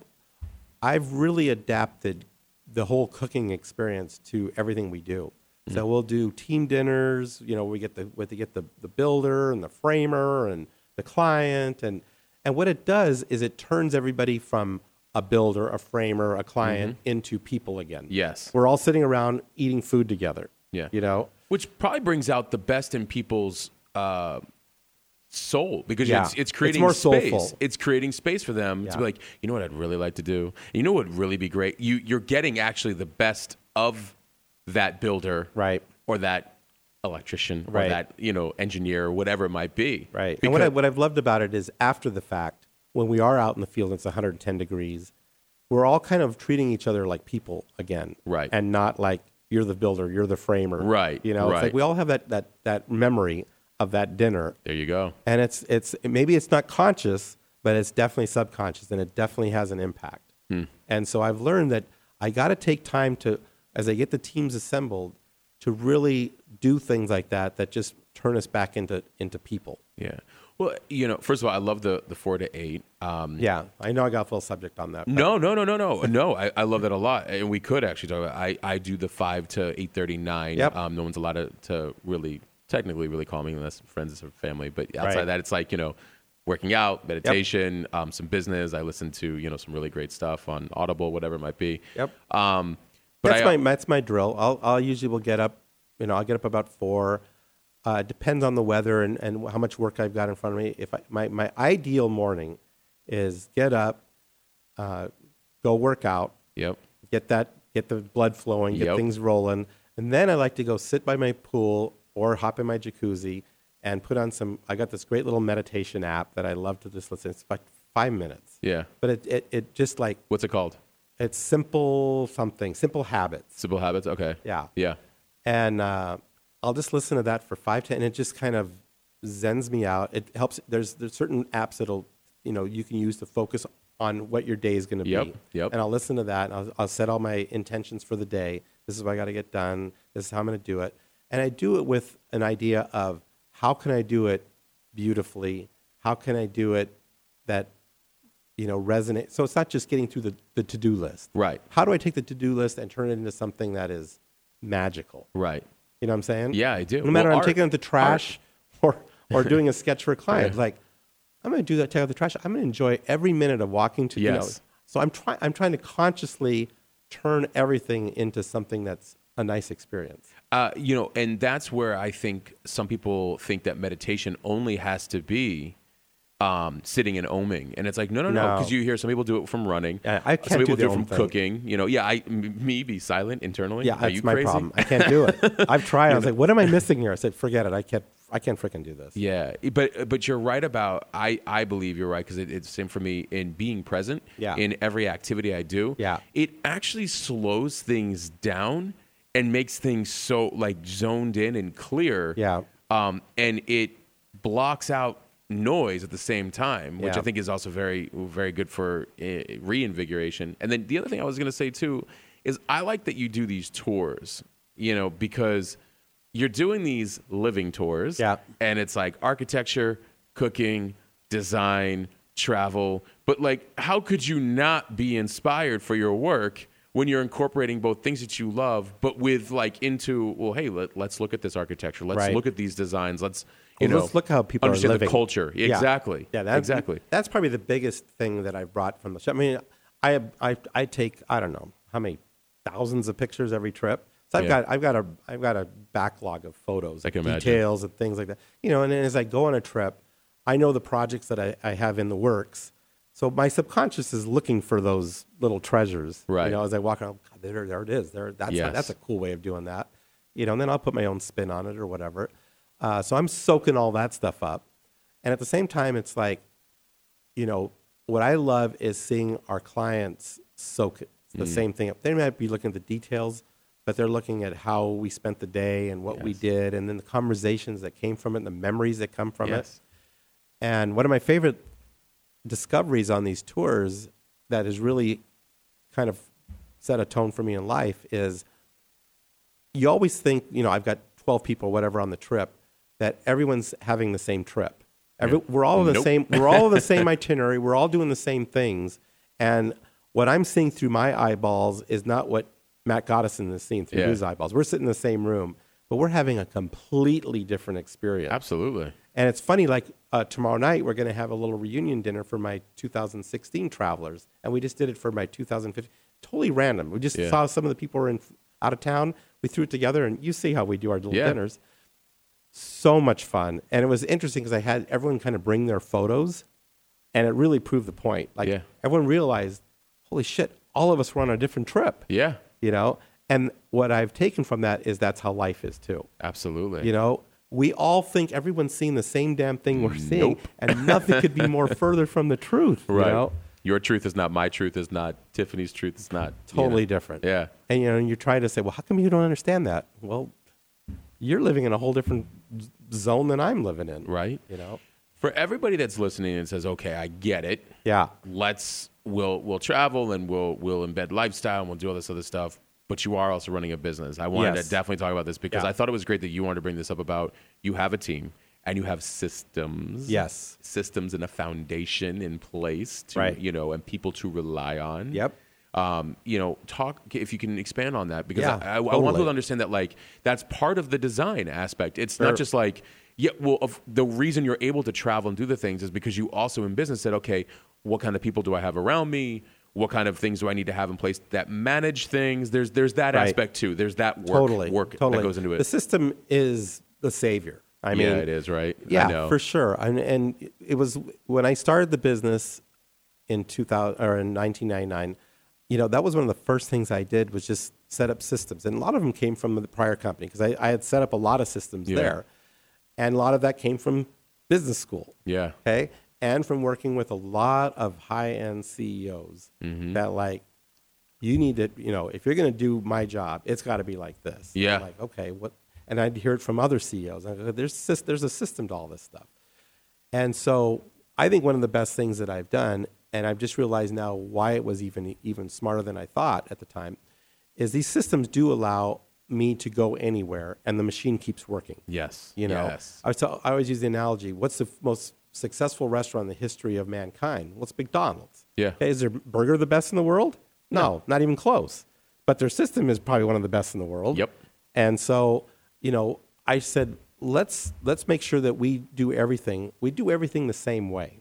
C: I've really adapted the whole cooking experience to everything we do.
B: Mm-hmm.
C: So we'll do team dinners. You know, we get the we get the, the builder and the framer and the client and and what it does is it turns everybody from a builder, a framer, a client into people again.
B: Mm-hmm. Yes.
C: we're all sitting around eating food together.
B: Yeah.
C: you know,
B: which probably brings out the best in people's uh, soul because
C: Yeah.
B: it's, it's
C: It's
B: creating
C: more
B: space.
C: soulful.
B: It's creating space for them to
C: Yeah.
B: be like, you know what, I'd really like to do. You know what would really be great. You you're getting actually the best of that builder,
C: Right.
B: or that electrician, or
C: Right.
B: that you know engineer, or whatever it might be.
C: Right. and
B: Because,
C: what, I, what I've loved about it is after the fact, when we are out in the field and it's 110 degrees, we're all kind of treating each other like people again.
B: Right.
C: And not like you're the builder, you're the framer.
B: Right,
C: You know, it's
B: right.
C: like we all have that, that, that memory of that dinner.
B: there you go.
C: And it's, it's, maybe it's not conscious, but it's definitely subconscious and it definitely has an impact.
B: Hmm.
C: And so I've learned that I got to take time to, as I get the teams assembled, to really do things like that that just turn us back into, into people.
B: Yeah. Well, you know, first of all, I love the the four to eight. Um,
C: Yeah, I know I got full subject on that. but-
B: No, no, no, no, no, no. I, I love that a lot, and we could actually talk about. I, I do the five to eight thirty nine.
C: Yep.
B: Um, no one's allowed to, to really technically really call me unless friends or family. But outside
C: Right.
B: that, it's like you know, working out, meditation, um, some business. I listen to you know some really great stuff on Audible, whatever it might be.
C: Yep.
B: Um, but
C: that's
B: I,
C: my that's my drill. I'll I'll usually will get up, you know, I'll get up about four. Uh, it depends on the weather and, and how much work I've got in front of me. If I, my my ideal morning is get up, uh, go work out,
B: Yep.
C: get that get the blood flowing, get
B: Yep.
C: things rolling, and then I like to go sit by my pool or hop in my jacuzzi and put on some. I got this great little meditation app that I love to just listen. It's like five minutes,
B: Yeah.
C: but it it, it just like
B: What's it called?
C: It's simple something, simple habits.
B: Simple habits. Okay.
C: Yeah.
B: Yeah.
C: And uh, I'll just listen to that for five ten, and it just kind of zens me out. It helps. There's there's certain apps that'll you know you can use to focus on what your day is going to
B: Yep,
C: be.
B: yep.
C: And I'll listen to that. And I'll, I'll set all my intentions for the day. This is what I got to get done. This is how I'm going to do it. And I do it with an idea of how can I do it beautifully? How can I do it that you know resonate? So it's not just getting through the, the to do list.
B: Right.
C: How do I take the to do list and turn it into something that is magical?
B: Right.
C: You know what I'm saying?
B: Yeah, I do.
C: No matter
B: Well,
C: I'm
B: art-
C: taking out the trash or or doing a sketch for a client,
B: Yeah.
C: like I'm going to do that, take out the trash. I'm going to enjoy every minute of walking to. You know,
B: Yes.
C: so I'm trying. I'm trying to consciously turn everything into something that's a nice experience.
B: Uh, you know, and that's where I think some people think that meditation only has to be um, sitting and oming, and it's like no, no, no,
C: No.
B: because you hear some people do it from running.
C: Yeah, I
B: some
C: can't
B: people
C: do the
B: it from
C: om thing.
B: cooking. You know, yeah, I m- me be silent internally.
C: Yeah,
B: Are
C: that's
B: you
C: my
B: crazy?
C: problem. I can't do it. I've tried. I was like, what am I missing here? I said, forget it. I can't. I can't freaking do this.
B: Yeah, but but you're right about I I believe you're right because it, it's the same for me in being present.
C: Yeah.
B: In every activity I do.
C: Yeah.
B: It actually slows things down and makes things so like zoned in and clear.
C: Yeah.
B: Um, and it blocks out noise at the same time, which
C: Yeah.
B: I think is also very very good for uh, reinvigoration. And then the other thing I was going to say too is I like that you do these tours. You know because. You're doing these living tours,
C: Yeah.
B: and it's like architecture, cooking, design, travel. But like, how could you not be inspired for your work when you're incorporating both things that you love, but with like into well, hey, let, let's look at this architecture. Let's
C: Right.
B: look at these designs. Let's you
C: Well,
B: know
C: let's look how people
B: understand
C: are living.
B: the culture.
C: Yeah.
B: Exactly.
C: Yeah, that's,
B: exactly.
C: That's probably the biggest thing that I've brought from the show. I mean, I I I take I don't know how many thousands of pictures every trip. So I've
B: Yeah.
C: got I've got a I've got a backlog of photos,
B: I can
C: and
B: imagine.
C: details, and things like that. You know, and then as I go on a trip, I know the projects that I, I have in the works. So my subconscious is looking for those little treasures.
B: Right.
C: You know, as I walk around, God, there, there it is. There, that's
B: Yes.
C: that's a cool way of doing that. You know, and then I'll put my own spin on it or whatever. Uh, so I'm soaking all that stuff up. And at the same time, it's like, you know, what I
B: Mm.
C: love is seeing our clients soak it. It's the same thing up. They might be looking at the details, but they're looking at how we spent the day and what we
B: Yes.
C: did, and then the conversations that came from it, and the memories that come from
B: Yes.
C: it. And one of my favorite discoveries on these tours that has really kind of set a tone for me in life is you always think, you know, I've got 12 people, whatever, on the trip, that everyone's having the same trip. Every, We're all on the
B: Nope.
C: same. We're all on the same itinerary. We're all doing the same things. And what I'm seeing through my eyeballs is not what Matt Gottison is seeing through
B: Yeah.
C: his eyeballs. We're sitting in the same room, but we're having a completely different experience.
B: Absolutely.
C: And it's funny, like uh, tomorrow night, we're going to have a little reunion dinner for my 2016 travelers. And we just did it for my 2015. Totally random. We just
B: Yeah.
C: saw some of the people who were in, out of town. We threw it together, and you see how we do our little
B: Yeah.
C: dinners. So much fun. And it was interesting because I had everyone kind of bring their photos, and it really proved the point. Like,
B: Yeah.
C: everyone realized, holy shit, all of us were on a different trip,
B: Yeah.
C: you know? And what I've taken from that is that's how life is too.
B: Absolutely.
C: You know, we all think everyone's seeing the same damn thing we're
B: Mm.
C: seeing, and nothing could be more further from the truth.
B: right.
C: You know?
B: Your truth is not my truth. Is not Tiffany's truth. Is not you know.
C: Totally different.
B: Yeah.
C: And you know, and you're trying to say, well, how come you don't understand that? Well, you're living in a whole different z- zone than I'm living in.
B: Right.
C: You know.
B: For everybody that's listening and says, "Okay, I get it.
C: Yeah.
B: Let's we'll we'll travel and we'll we'll embed lifestyle and we'll do all this other stuff." But you are also running a business. I wanted
C: Yes.
B: to definitely talk about this because
C: Yeah.
B: I thought it was great that you wanted to bring this up about you have a team and you have systems.
C: Yes.
B: Systems and a foundation in place to
C: Right.
B: you know and people to rely on.
C: Yep.
B: Um, you know, talk if you can expand on that because
C: Yeah,
B: I, I, I want people
C: totally.
B: to understand that like that's part of the design aspect. It's
C: Sure.
B: not just like yeah, well, of the reason you're able to travel and do the things is because you also in business said, okay, what kind of people do I have around me? What kind of things do I need to have in place that manage things? There's there's that
C: Right.
B: aspect too. There's that work
C: totally.
B: work
C: totally.
B: that goes into
C: The
B: it.
C: system is the savior. I mean,
B: yeah, it is right.
C: Yeah,
B: I know.
C: for sure. And, and it was when I started the business in 2000 or in 1999. You know, that was one of the first things I did was just set up systems, and a lot of them came from the prior company because I, I had set up a lot of systems
B: Yeah.
C: there, and a lot of that came from business school.
B: Yeah.
C: Okay. And from working with a lot of high-end CEOs
B: Mm-hmm.
C: that like. You need to, you know, if you're going to do my job, it's got to be like this. I'm
B: Yeah.
C: like, okay, what? And I'd hear it from other E CEOs. And I go, there's, sys- there's a system to all this stuff. And so I think one of the best things that I've done, and I've just realized now why it was even, even smarter than I thought at the time, is these systems do allow me to go anywhere and the machine keeps working.
B: Yes.
C: You know,
B: Yes.
C: I, was tell- I always use the analogy what's the f- most successful restaurant in the history of mankind? Well, it's McDonald's.
B: Yeah.
C: Okay, is their burger the best in the world? No, not even close. But their system is probably one of the best in the world.
B: Yep.
C: And so, you know, I said, let's, let's make sure that we do everything. We do everything the same way,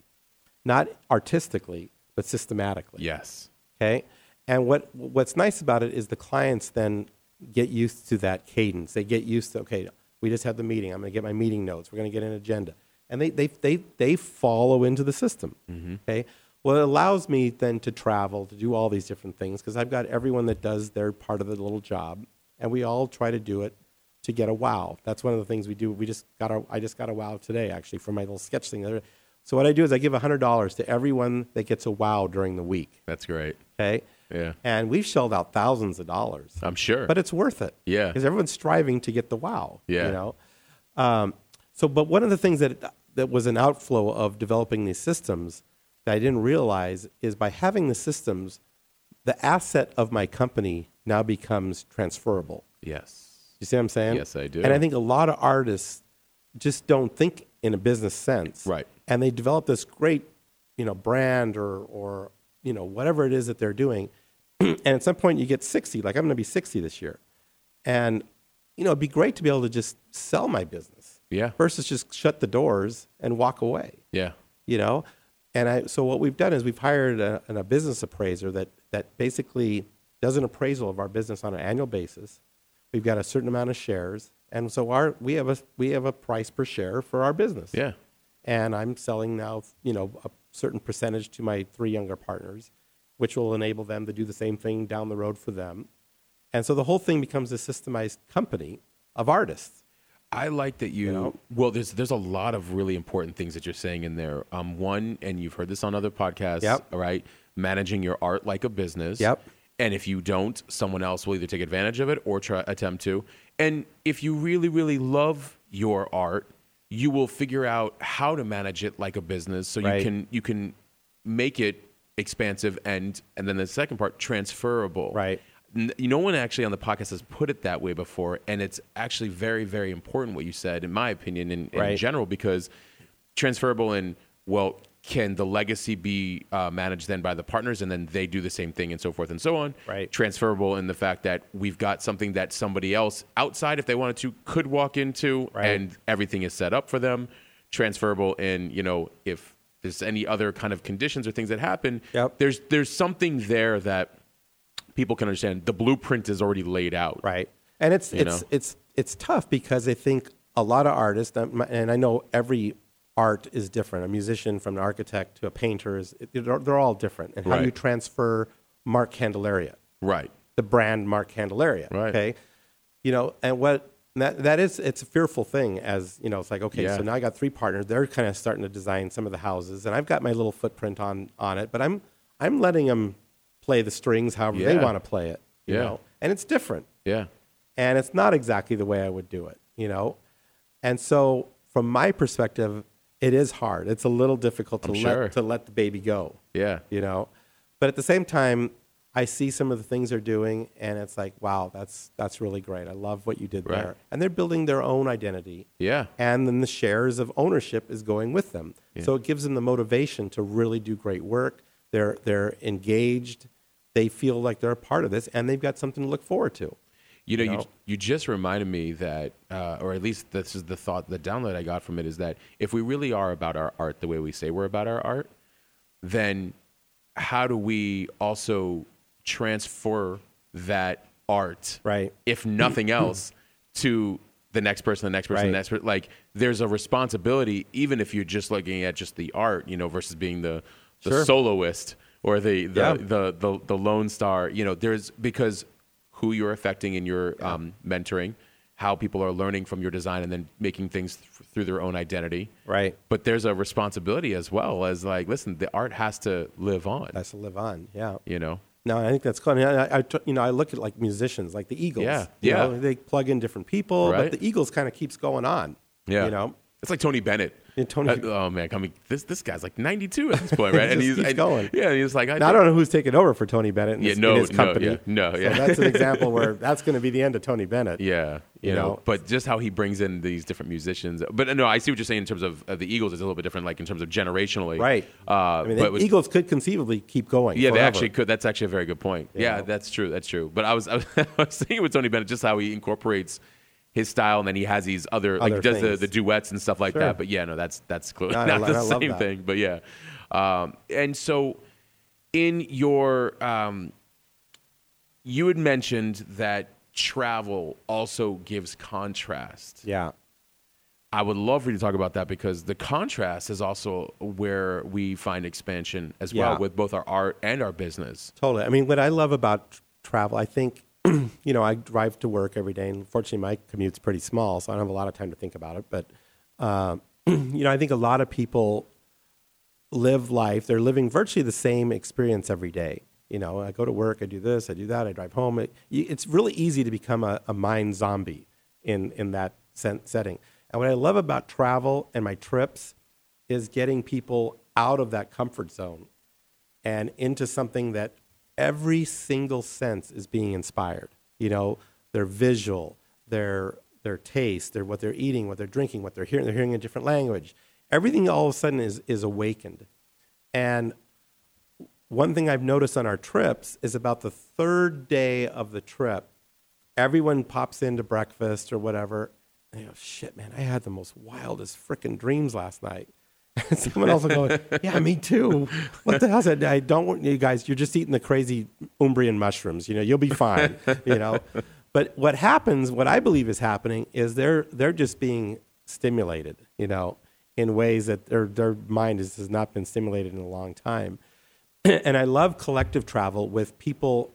C: not artistically, but systematically.
B: Yes.
C: Okay. And what what's nice about it is the clients then get used to that cadence. They get used to okay, we just had the meeting. I'm going to get my meeting notes. We're going to get an agenda, and they they they they follow into the system. Okay. Well, it allows me then to travel to do all these different things because I've got everyone that does their part of the little job, and we all try to do it to get a wow. That's one of the things we do. We just got our, I just got a wow today actually for my little sketch thing. So what I do is I give hundred dollars to everyone that gets a wow during the week.
B: That's great.
C: Okay.
B: Yeah.
C: And we've shelled out thousands of dollars,
B: I'm sure.
C: but it's worth it.
B: Yeah.
C: Because everyone's striving to get the wow.
B: Yeah.
C: You know. Um, so, but one of the things that that was an outflow of developing these systems that I didn't realize is by having the systems, the asset of my company now becomes transferable.
B: yes.
C: You see what I'm saying?
B: Yes, I do.
C: And I think a lot of artists just don't think in a business sense.
B: Right.
C: And they develop this great, you know, brand or or you know whatever it is that they're doing. and at some point, you get 60. Like I'm going to be 60 this year, and you know it'd be great to be able to just sell my business.
B: Yeah.
C: Versus just shut the doors and walk away
B: Yeah.
C: you know and I, so what we've done is we've hired a, an- a business appraiser that, that basically does an appraisal of our business on an annual basis we've got a certain amount of shares and so our, we, have a, we have a price per share for our business
B: Yeah.
C: and i'm selling now you know a certain percentage to my three younger partners which will enable them to do the same thing down the road for them and so the whole thing becomes a systemized company of artists
B: I like that you,
C: know?
B: well there's there's a lot of really important things that you're saying in there. Um one and you've heard this on other podcasts,
C: Yep.
B: all right? Managing your art like a business.
C: Yep.
B: And if you don't, someone else will either take advantage of it or try attempt to. And if you really, really love your art, you will figure out how to manage it like a business so you
C: Right.
B: can you can make it expansive and and then the second part transferable
C: Right.
B: N- no one actually on the podcast has put it that way before and it's actually very very important what you said in my opinion in, in
C: Right.
B: general because transferable and well can the legacy be uh, managed then by the partners and then they do the same thing and so forth and so on
C: Right.
B: transferable in the fact that we've got something that somebody else outside if they wanted to could walk into
C: Right.
B: and everything is set up for them transferable in you know if there's any other kind of conditions or things that happen
C: Yep.
B: there's there's something there that people can understand the blueprint is already laid out
C: Right. And it's
B: You
C: it's
B: know?
C: it's it's tough because I think a lot of artists, um, and I know every art is different. A musician, from an architect to a painter, is they're, they're all different. And how do you
B: Right.
C: transfer Mark Candelaria,
B: right
C: the brand Mark Candelaria?
B: Right.
C: Okay. You know, and what that that is, it's a fearful thing. As you know, it's like okay,
B: Yeah.
C: so now I got three partners. They're kind of starting to design some of the houses, and I've got my little footprint on on it. But I'm I'm letting them play the strings however they
B: Yeah.
C: want to play it. You
B: Yeah.
C: know? and it's different
B: yeah
C: and it's not exactly the way I would do it, you know. And so, from my perspective, it is hard. It's a little difficult to
B: I'm
C: let
B: sure.
C: to let the baby go.
B: Yeah.
C: you know. But at the same time, I see some of the things they're doing, and it's like, wow, that's that's really great. I love what you did
B: Right.
C: there. And they're building their own identity.
B: Yeah.
C: And then the shares of ownership is going with them. So it gives them the motivation to really do great work. They're they're engaged. They feel like they're a part of this, and they've got something to look forward to.
B: You know, you,
C: You
B: you,
C: know?
B: just reminded me that, uh, or at least this is the thought, the download I got from it is that if we really are about our art the way we say we're about our art, then how do we also transfer that art,
C: Right.
B: if nothing else, to the next person, the next person,
C: Right.
B: the next person? Like, there's a responsibility, even if you're just looking at just the art, you know, versus being the, the
C: Sure.
B: soloist or the the,
C: Yeah.
B: the the the lone star. You know, there's because who you're affecting in your um, mentoring, how people are learning from your design, and then making things th- through their own identity.
C: Right.
B: But there's a responsibility as well as like, listen, the art has to live on.
C: That's to live on. Yeah.
B: you know.
C: No, I think that's cool. I, mean, I, I t- you know, I look at like musicians, like the Eagles.
B: Yeah,
C: you
B: yeah.
C: know, they plug in different people,
B: Right.
C: but the Eagles kind of keeps going on.
B: Yeah.
C: You know.
B: It's like Tony Bennett.
C: Yeah, Tony-
B: Uh, oh man, I mean, this this guy's like 92 at this point, right?
C: Just keeps
B: and,
C: going.
B: Yeah, he's like,
C: Now, I don't know who's taking over for Tony Bennett in
B: Yeah,
C: his,
B: no,
C: in his
B: no,
C: company.
B: yeah, no,
C: So
B: yeah.
C: that's an example where that's going to be the end of Tony Bennett.
B: Yeah, you,
C: You
B: know,
C: know?
B: but just how he brings in these different musicians. But no, I see what you're saying in terms of, of the Eagles is a little bit different, like in terms of generationally,
C: Right.
B: Uh,
C: I mean,
B: but
C: the
B: it was-
C: Eagles could conceivably keep going.
B: yeah, they
C: forever.
B: actually could. That's actually a very good point. Yeah,
C: Yeah.
B: that's true. That's true. But I was I was, I was thinking with Tony Bennett just how he incorporates his style, and then he has these other, like he
C: Other
B: does the,
C: things.
B: the duets and stuff like
C: Sure.
B: that. But yeah, no, that's that's clearly
C: No, I
B: not
C: lo-
B: the
C: I love
B: same
C: that.
B: thing. But yeah, um, and so in your um, you had mentioned that travel also gives contrast.
C: Yeah.
B: I would love for you to talk about that because the contrast is also where we find expansion as well
C: Yeah.
B: with both our art and our business.
C: Totally. I mean, what I love about tr- travel, I think, you know, I drive to work every day, and fortunately, my commute's pretty small, so I don't have a lot of time to think about it. But, um, you know, I think a lot of people live life, they're living virtually the same experience every day. You know, I go to work, I do this, I do that, I drive home. It, you- it's really easy to become a, a mind zombie in, in that sen- setting. And what I love about travel and my trips is getting people out of that comfort zone and into something that every single sense is being inspired. You know, their visual, their their taste, their what they're eating, what they're drinking, what they're hearing. They're hearing a different language. Everything all of a sudden is is awakened. And one thing I've noticed on our trips is about the third day of the trip, everyone pops into breakfast or whatever. And they go, shit, man, I had the most wildest freaking dreams last night. And someone else will go, yeah, me too. What the hell's that? I don't want you guys, you're just eating the crazy Umbrian mushrooms. You know, you'll be fine, you know. But what happens, what I believe is happening, is they're, they're just being stimulated, you know, in ways that their, their mind is, has not been stimulated in a long time and I love collective travel with people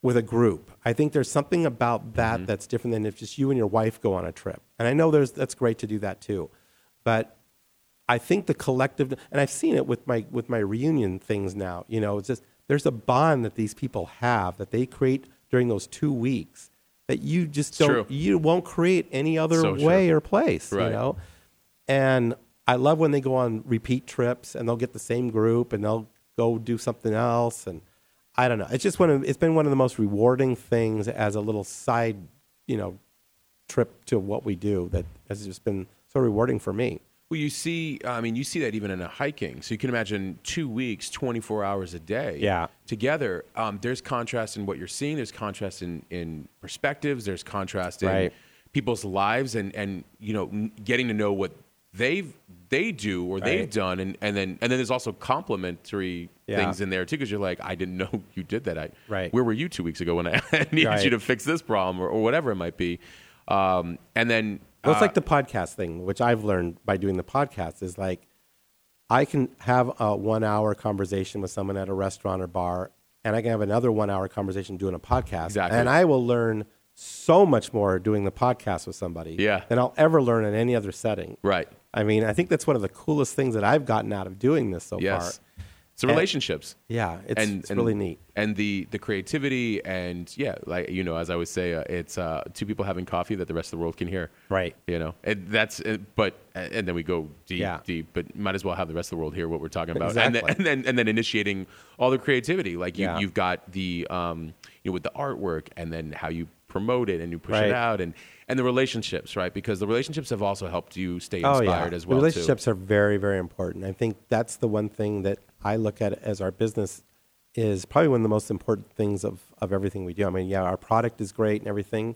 C: with a group. I think there's something about that
B: Mm-hmm.
C: that's different than if just you and your wife go on a trip. And I know there's that's great to do that too. But I think the collective and I've seen it with my with my reunion things now, you know, it's just There's a bond that these people have that they create during those two weeks that you just
B: It's
C: don't
B: true.
C: you won't create any other
B: So true.
C: way or place.
B: Right.
C: You know, and I love when they go on repeat trips and they'll get the same group and they'll go do something else and I don't know. It's just one of it's been one of the most rewarding things as a little side, you know, trip to what we do that has just been so rewarding for me.
B: Well, you see, I mean, you see that even in a hiking. So you can imagine two weeks, 24 hours a day
C: Yeah.
B: together. Um, there's contrast in what you're seeing, there's contrast in, in perspectives, there's contrast in
C: Right.
B: people's lives and, and you know, n- getting to know what they've they do or they've
C: Right.
B: done and, and then and then there's also complimentary
C: Yeah.
B: things in there too because you're like i didn't know you did that i
C: Right.
B: where were you two weeks ago when i, I needed
C: Right.
B: you to fix this problem or, or whatever it might be um, and then
C: Well, it's
B: uh,
C: like the podcast thing, which I've learned by doing the podcast is like I can have a one hour conversation with someone at a restaurant or bar, and I can have another one hour conversation doing a podcast.
B: Exactly.
C: And I will learn so much more doing the podcast with somebody
B: Yeah.
C: than I'll ever learn in any other setting.
B: right
C: I mean, I think that's one of the coolest things that I've gotten out of doing this so
B: Yes.
C: far.
B: So
C: And-
B: relationships.
C: Yeah, it's, it's really neat.
B: And the the creativity and yeah, like you know, as I always say, uh, it's uh, two people having coffee that the rest of the world can hear.
C: Right.
B: You know, and that's uh, but and then we go deep,
C: Yeah.
B: deep, but might as well have the rest of the world hear what we're talking about. And,
C: Exactly.
B: then, and then and then initiating all the creativity, like you,
C: Yeah.
B: you've got the um, you know, with the artwork and then how you promote it and you push
C: Right.
B: it out and and the relationships, right? Because the relationships have also helped you stay
C: Oh,
B: inspired
C: yeah.
B: as well. too.
C: Relationships are very, very important. I think that's the one thing that I look at as our business is probably one of the most important things of, of everything we do. I mean, yeah, our product is great and everything,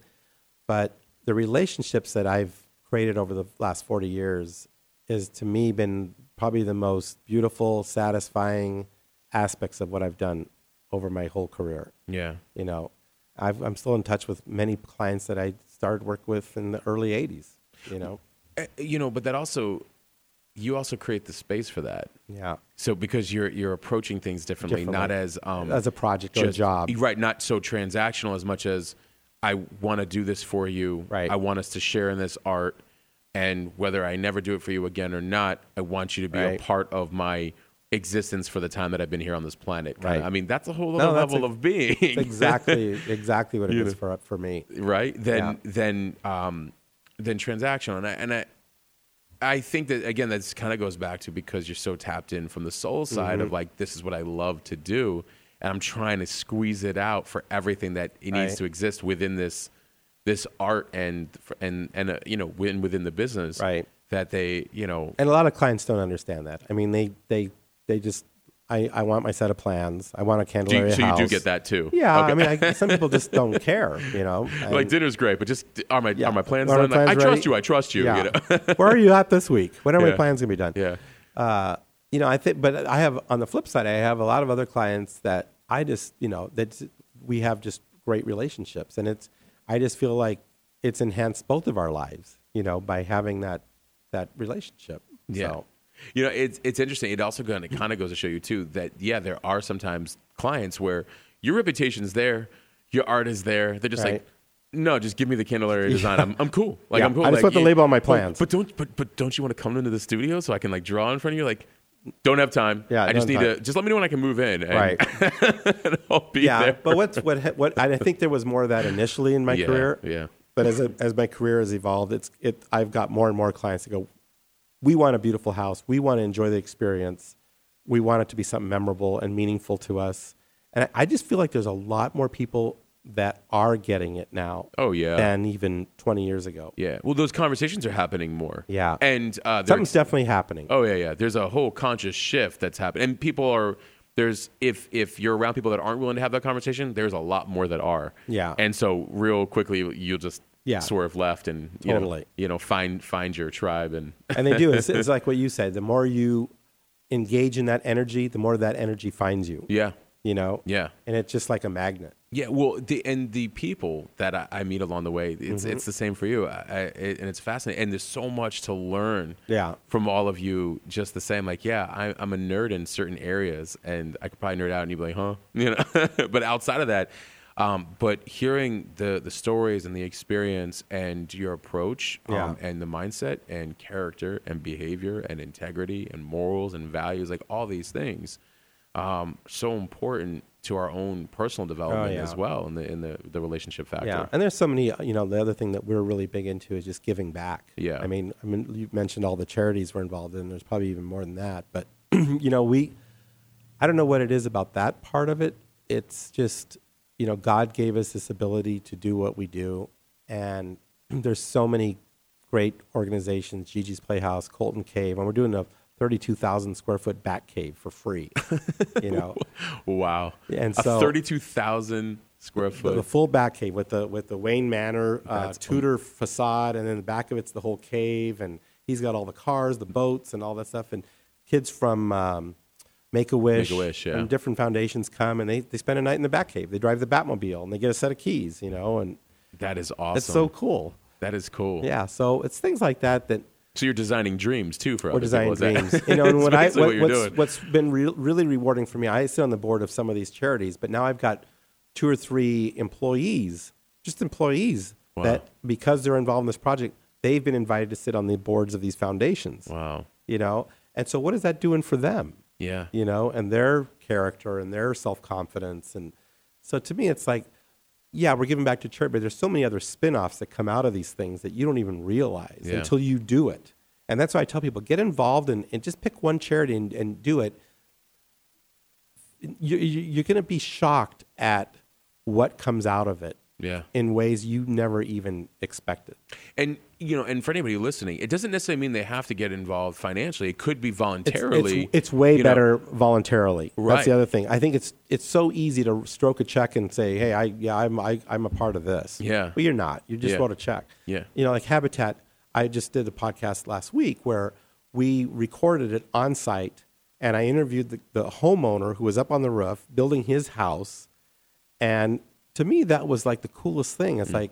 C: but the relationships that I've created over the last 40 years is to me been probably the most beautiful, satisfying aspects of what I've done over my whole career
B: Yeah.
C: you know I've, i'm still in touch with many clients that i started work with in the early 80s you know
B: Uh, you know but that also you also create the space for that
C: yeah
B: so because you're you're approaching things differently, not
C: Differently.
B: as um,
C: As a project or a job.
B: right? Not so transactional as much as I want to do this for you.
C: Right.
B: I want us to share in this art, and whether I never do it for you again or not, I want you to be
C: Right.
B: a part of my existence for the time that I've been here on this planet. kinda.
C: Right.
B: I mean, that's a whole
C: No,
B: other
C: that's
B: level
C: ex-
B: of being.
C: It's exactly exactly what it
B: You
C: is
B: know.
C: for for me
B: right then
C: Yeah.
B: then um then transactional and i and i i think that again that's kind of goes back to because you're so tapped in from the soul side
C: Mm-hmm.
B: of like this is what i love to do and i'm trying to squeeze it out for everything that it needs
C: Right.
B: to exist within this this art and and and uh, you know within within the business
C: Right.
B: that they you know
C: and a lot of clients don't understand that i mean they they they just i i want my set of plans i want a
B: do
C: candelaria
B: you, so you do
C: house.
B: get that too
C: yeah i mean I, some people just don't care you know
B: like
C: and-
B: dinner's great but just are my
C: yeah.
B: are my plans
C: Are my
B: done Like,
C: plans
B: i trust
C: ready?
B: you i trust you, you
C: yeah.
B: know?
C: where are you at this week when are
B: Yeah.
C: my plans gonna be done
B: yeah
C: uh, you know, I think, but I have on the flip side, I have a lot of other clients that I just, you know, that we have just great relationships, and it's, I just feel like it's enhanced both of our lives, you know, by having that that relationship. So,
B: You know, it's it's interesting. It also kind of kind of goes to show you too that yeah, there are sometimes clients where your reputation's there, your art is there. They're just like,
C: Right.
B: no, just give me the Candelaria design. I'm I'm cool. Like
C: Yeah,
B: I'm cool.
C: I just
B: Like,
C: want the
B: you-
C: label on my
B: but-
C: plans.
B: But, don't but but don't you want to come into the studio so I can like draw in front of you? Like, don't have time.
C: Yeah,
B: I just need
C: don't
B: to just let me know when I can move in. And,
C: right.
B: and I'll be
C: yeah.
B: there.
C: But what's what ha- what I think there was more of that initially in my
B: Yeah,
C: career.
B: yeah.
C: But as a, as my career has evolved, it's it I've got more and more clients that go, we want a beautiful house. We want to enjoy the experience. We want it to be something memorable and meaningful to us. And I, I just feel like there's a lot more people that are getting it now.
B: Oh, yeah.
C: Than even 20 years ago.
B: yeah. Well, those conversations are happening more.
C: Yeah.
B: And uh, they're
C: Something's definitely happening.
B: Oh yeah, yeah. There's a whole conscious shift that's happened, and people are there's if if you're around people that aren't willing to have that conversation, there's a lot more that are.
C: Yeah.
B: And so real quickly, you'll just
C: Yeah.
B: swerve left and you know
C: Totally.
B: you know find find your tribe and
C: and they do. It's, it's like what you said. The more you engage in that energy, the more that energy finds you.
B: yeah
C: You know.
B: yeah
C: And it's just like a magnet.
B: yeah. Well, the, and the people that I, I meet along the way, it's
C: Mm-hmm.
B: it's the same for you, I, I, it, and it's fascinating. And there's so much to learn.
C: Yeah.
B: From all of you, just the same. Like, yeah, I, I'm a nerd in certain areas, and I could probably nerd out, and you'd be like, huh? You know. but outside of that, um, but hearing the the stories and the experience and your approach um,
C: Yeah.
B: and the mindset and character and behavior and integrity and morals and values, like all these things, um, so important to our own personal development
C: Oh, yeah.
B: as well in the in the, the relationship factor.
C: Yeah, and there's so many. uh, You know, the other thing that we're really big into is just giving back.
B: Yeah.
C: I mean, I mean, you mentioned all the charities we're involved in. There's probably even more than that, but you know, we, I don't know what it is about that part of it. It's just, you know, God gave us this ability to do what we do, and there's so many great organizations: Gigi's Playhouse, Colton Cave, and we're doing a 32,000 square foot bat cave for free. you know,
B: Wow.
C: And
B: a
C: so-
B: thirty-two thousand square
C: the, the
B: foot.
C: full back cave with the with the Wayne Manor uh, Tudor facade, and then the back of it's the whole cave, and he's got all the cars, the boats, and all that stuff. And kids from um, Make a Wish,
B: Make-A-Wish, yeah.
C: from different foundations come, and they, they spend a night in the back cave. They drive the Batmobile, and they get a set of keys, you know, and
B: That is awesome.
C: it's so cool.
B: that is cool.
C: Yeah, so it's things like that that
B: So you're designing dreams too for
C: or
B: other
C: design
B: people. Is
C: dreams.
B: that-
C: You know, and
B: That's
C: what I
B: basically
C: what,
B: you're
C: what's,
B: doing.
C: what's been re- really rewarding for me, I sit on the board of some of these charities, but now I've got two or three employees, just employees
B: Wow.
C: that because they're involved in this project, they've been invited to sit on the boards of these foundations.
B: wow.
C: You know, and so what is that doing for them?
B: Yeah.
C: You know, and their character and their self confidence, and so to me, it's like. Yeah, we're giving back to charity, but there's so many other spin-offs that come out of these things that you don't even realize
B: Yeah.
C: until you do it. And that's why I tell people get involved and, and just pick one charity and, and do it. You, you, you're going to be shocked at what comes out of it
B: Yeah.
C: in ways you never even expected.
B: And you know, and for anybody listening, it doesn't necessarily mean they have to get involved financially. It could be
C: It's-
B: voluntarily.
C: It's, it's way
B: you know.
C: better voluntarily. That's
B: Right.
C: the other thing. I think it's it's so easy to stroke a check and say, "Hey, I yeah, I'm I, I'm a part of this."
B: Yeah.
C: but you're not. You just
B: Yeah.
C: wrote a check.
B: Yeah.
C: you know, like Habitat. I just did a podcast last week where we recorded it on site, and I interviewed the, the homeowner who was up on the roof building his house, and to me that was like the coolest thing.
B: Mm.
C: It's like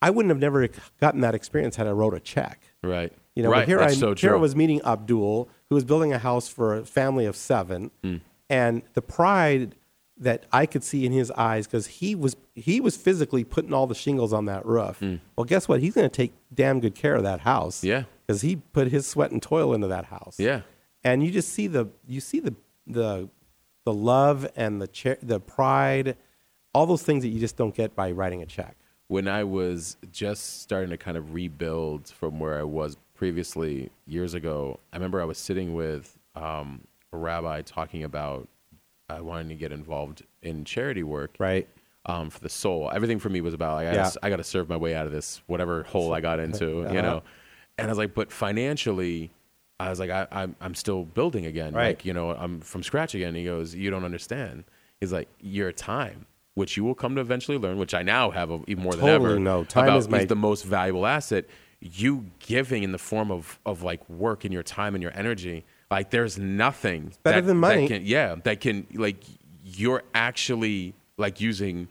C: I wouldn't have never gotten that experience had I wrote a check.
B: Right.
C: You know,
B: right.
C: but here
B: That's
C: I
B: so
C: here I
B: true.
C: was meeting Abdul, who was building a house for a family of seven,
B: Mm.
C: and the pride that I could see in his eyes because he was he was physically putting all the shingles on that roof. Well, guess what? He's going to take damn good care of that house.
B: Mm. Yeah.
C: because he put his sweat and toil into that house.
B: Yeah.
C: and you just see the you see the the the love and the cha- the pride, all those things that you just don't get by writing a check.
B: when I was just starting to kind of rebuild from where I was previously years ago, I remember I was sitting with um, a rabbi talking about I wanted to get involved in charity work
C: Right.
B: um, for the soul. Everything for me was about like, I, gotta,
C: Yeah.
B: I gotta serve my way out of this whatever hole I got into, you know.
C: Uh-huh.
B: And I was like, but financially, I was like, I, I'm I'm still building again,
C: Right.
B: Like you know, I'm from scratch again. He goes, you don't understand. He's like, your time, which you will come to eventually learn, which I now have a, even more than
C: Totally
B: ever.
C: know. Time
B: about
C: is my-
B: the most valuable asset. You giving in the form of of like work and your time and your energy. Like there's nothing
C: better
B: that-
C: than
B: that
C: money.
B: can- yeah, that can like you're actually like using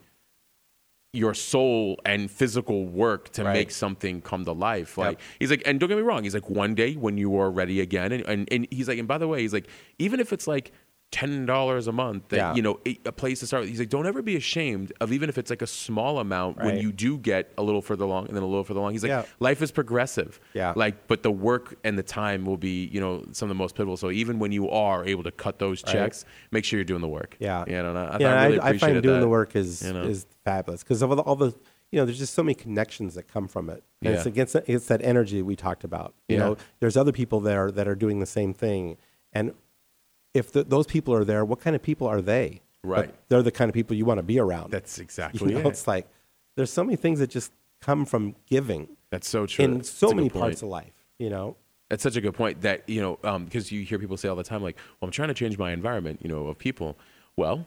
B: your soul and physical work to
C: Right.
B: make something come to life.
C: Yep.
B: Like he's like, and don't get me wrong, he's like, one day when you are ready again, and and, and he's like, and by the way, he's like, even if it's like ten dollars a month, that
C: Yeah.
B: you know, a, a place to start. With, he's like, don't ever be ashamed of even if it's like a small amount when
C: Right.
B: you do get a little further along and then a little further along. He's like,
C: Yeah.
B: life is progressive.
C: Yeah.
B: Like, but the work and the time will be, you know, some of the most pivotal. So even when you are able to cut those
C: Right.
B: checks, make sure you're doing the work.
C: Yeah.
B: You know, and I, I,
C: yeah,
B: I really
C: I, I find
B: appreciated
C: doing
B: that.
C: the work is
B: you know?
C: is fabulous because of all the, all the you know there's just so many connections that come from it. And It's
B: Yeah.
C: against it's that energy we talked about. You
B: Yeah.
C: know, there's other people there that are doing the same thing, and if th those people are there, what kind of people are they? But
B: Right.
C: they're the kind of people you want to be around.
B: That's
C: you
B: exactly
C: know,
B: it.
C: it's like there's so many things that just come from giving
B: That's so true.
C: in
B: That's
C: so
B: a good
C: many
B: point.
C: parts of life. You know,
B: That's such a good point that, you know, because you hear people say all the time, like, well, I'm trying to change my environment, you know, of people. Well,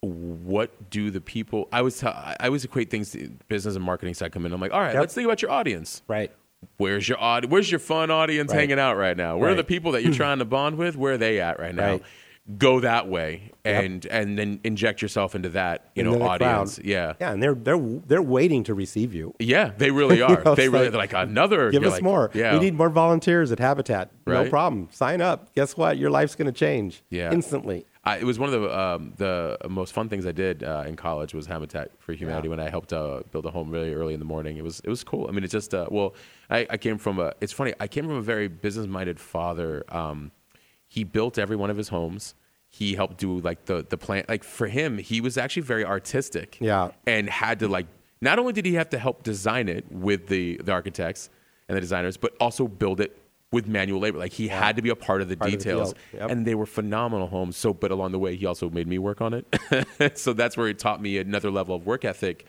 B: what do the people, I always, tell, I I always equate things to business and marketing side come in. I'm like, all right,
C: Yep.
B: let's think about your audience.
C: right?
B: Where's your aud- Where's your fun audience
C: Right.
B: hanging out right now? Where are
C: Right.
B: the people that you're trying to bond with? Where are they at right now?
C: Right.
B: Go that way and and then inject yourself into that you know
C: Into the
B: audience.
C: crowd.
B: Yeah.
C: yeah, and they're they're they're waiting to receive you.
B: Yeah, they really are.
C: know,
B: they
C: it's
B: really
C: like,
B: they're like another.
C: Give
B: you're
C: us
B: like,
C: more.
B: Yeah,
C: We need more volunteers at Habitat.
B: Right.
C: No problem. Sign up. Guess what? Your life's going to change
B: Yeah.
C: instantly.
B: I, it was one of the um, the most fun things I did uh, in college was Habitat for Humanity
C: Yeah.
B: when I helped uh, build a home really early in the morning. It was it was cool. I mean, it's just uh, well, I, I came from a. It's funny. I came from a very business minded father. Um, he built every one of his homes. he helped do like the the plant. Like for him, he was actually very artistic.
C: Yeah.
B: and had to like not only did he have to help design it with the the architects and the designers, but also build it with manual labor. Like he had to be a part of the
C: Part of the
B: details,
C: deal. Yep.
B: and they were phenomenal homes. So, but along the way, he also made me work on it. so that's where he taught me another level of work ethic.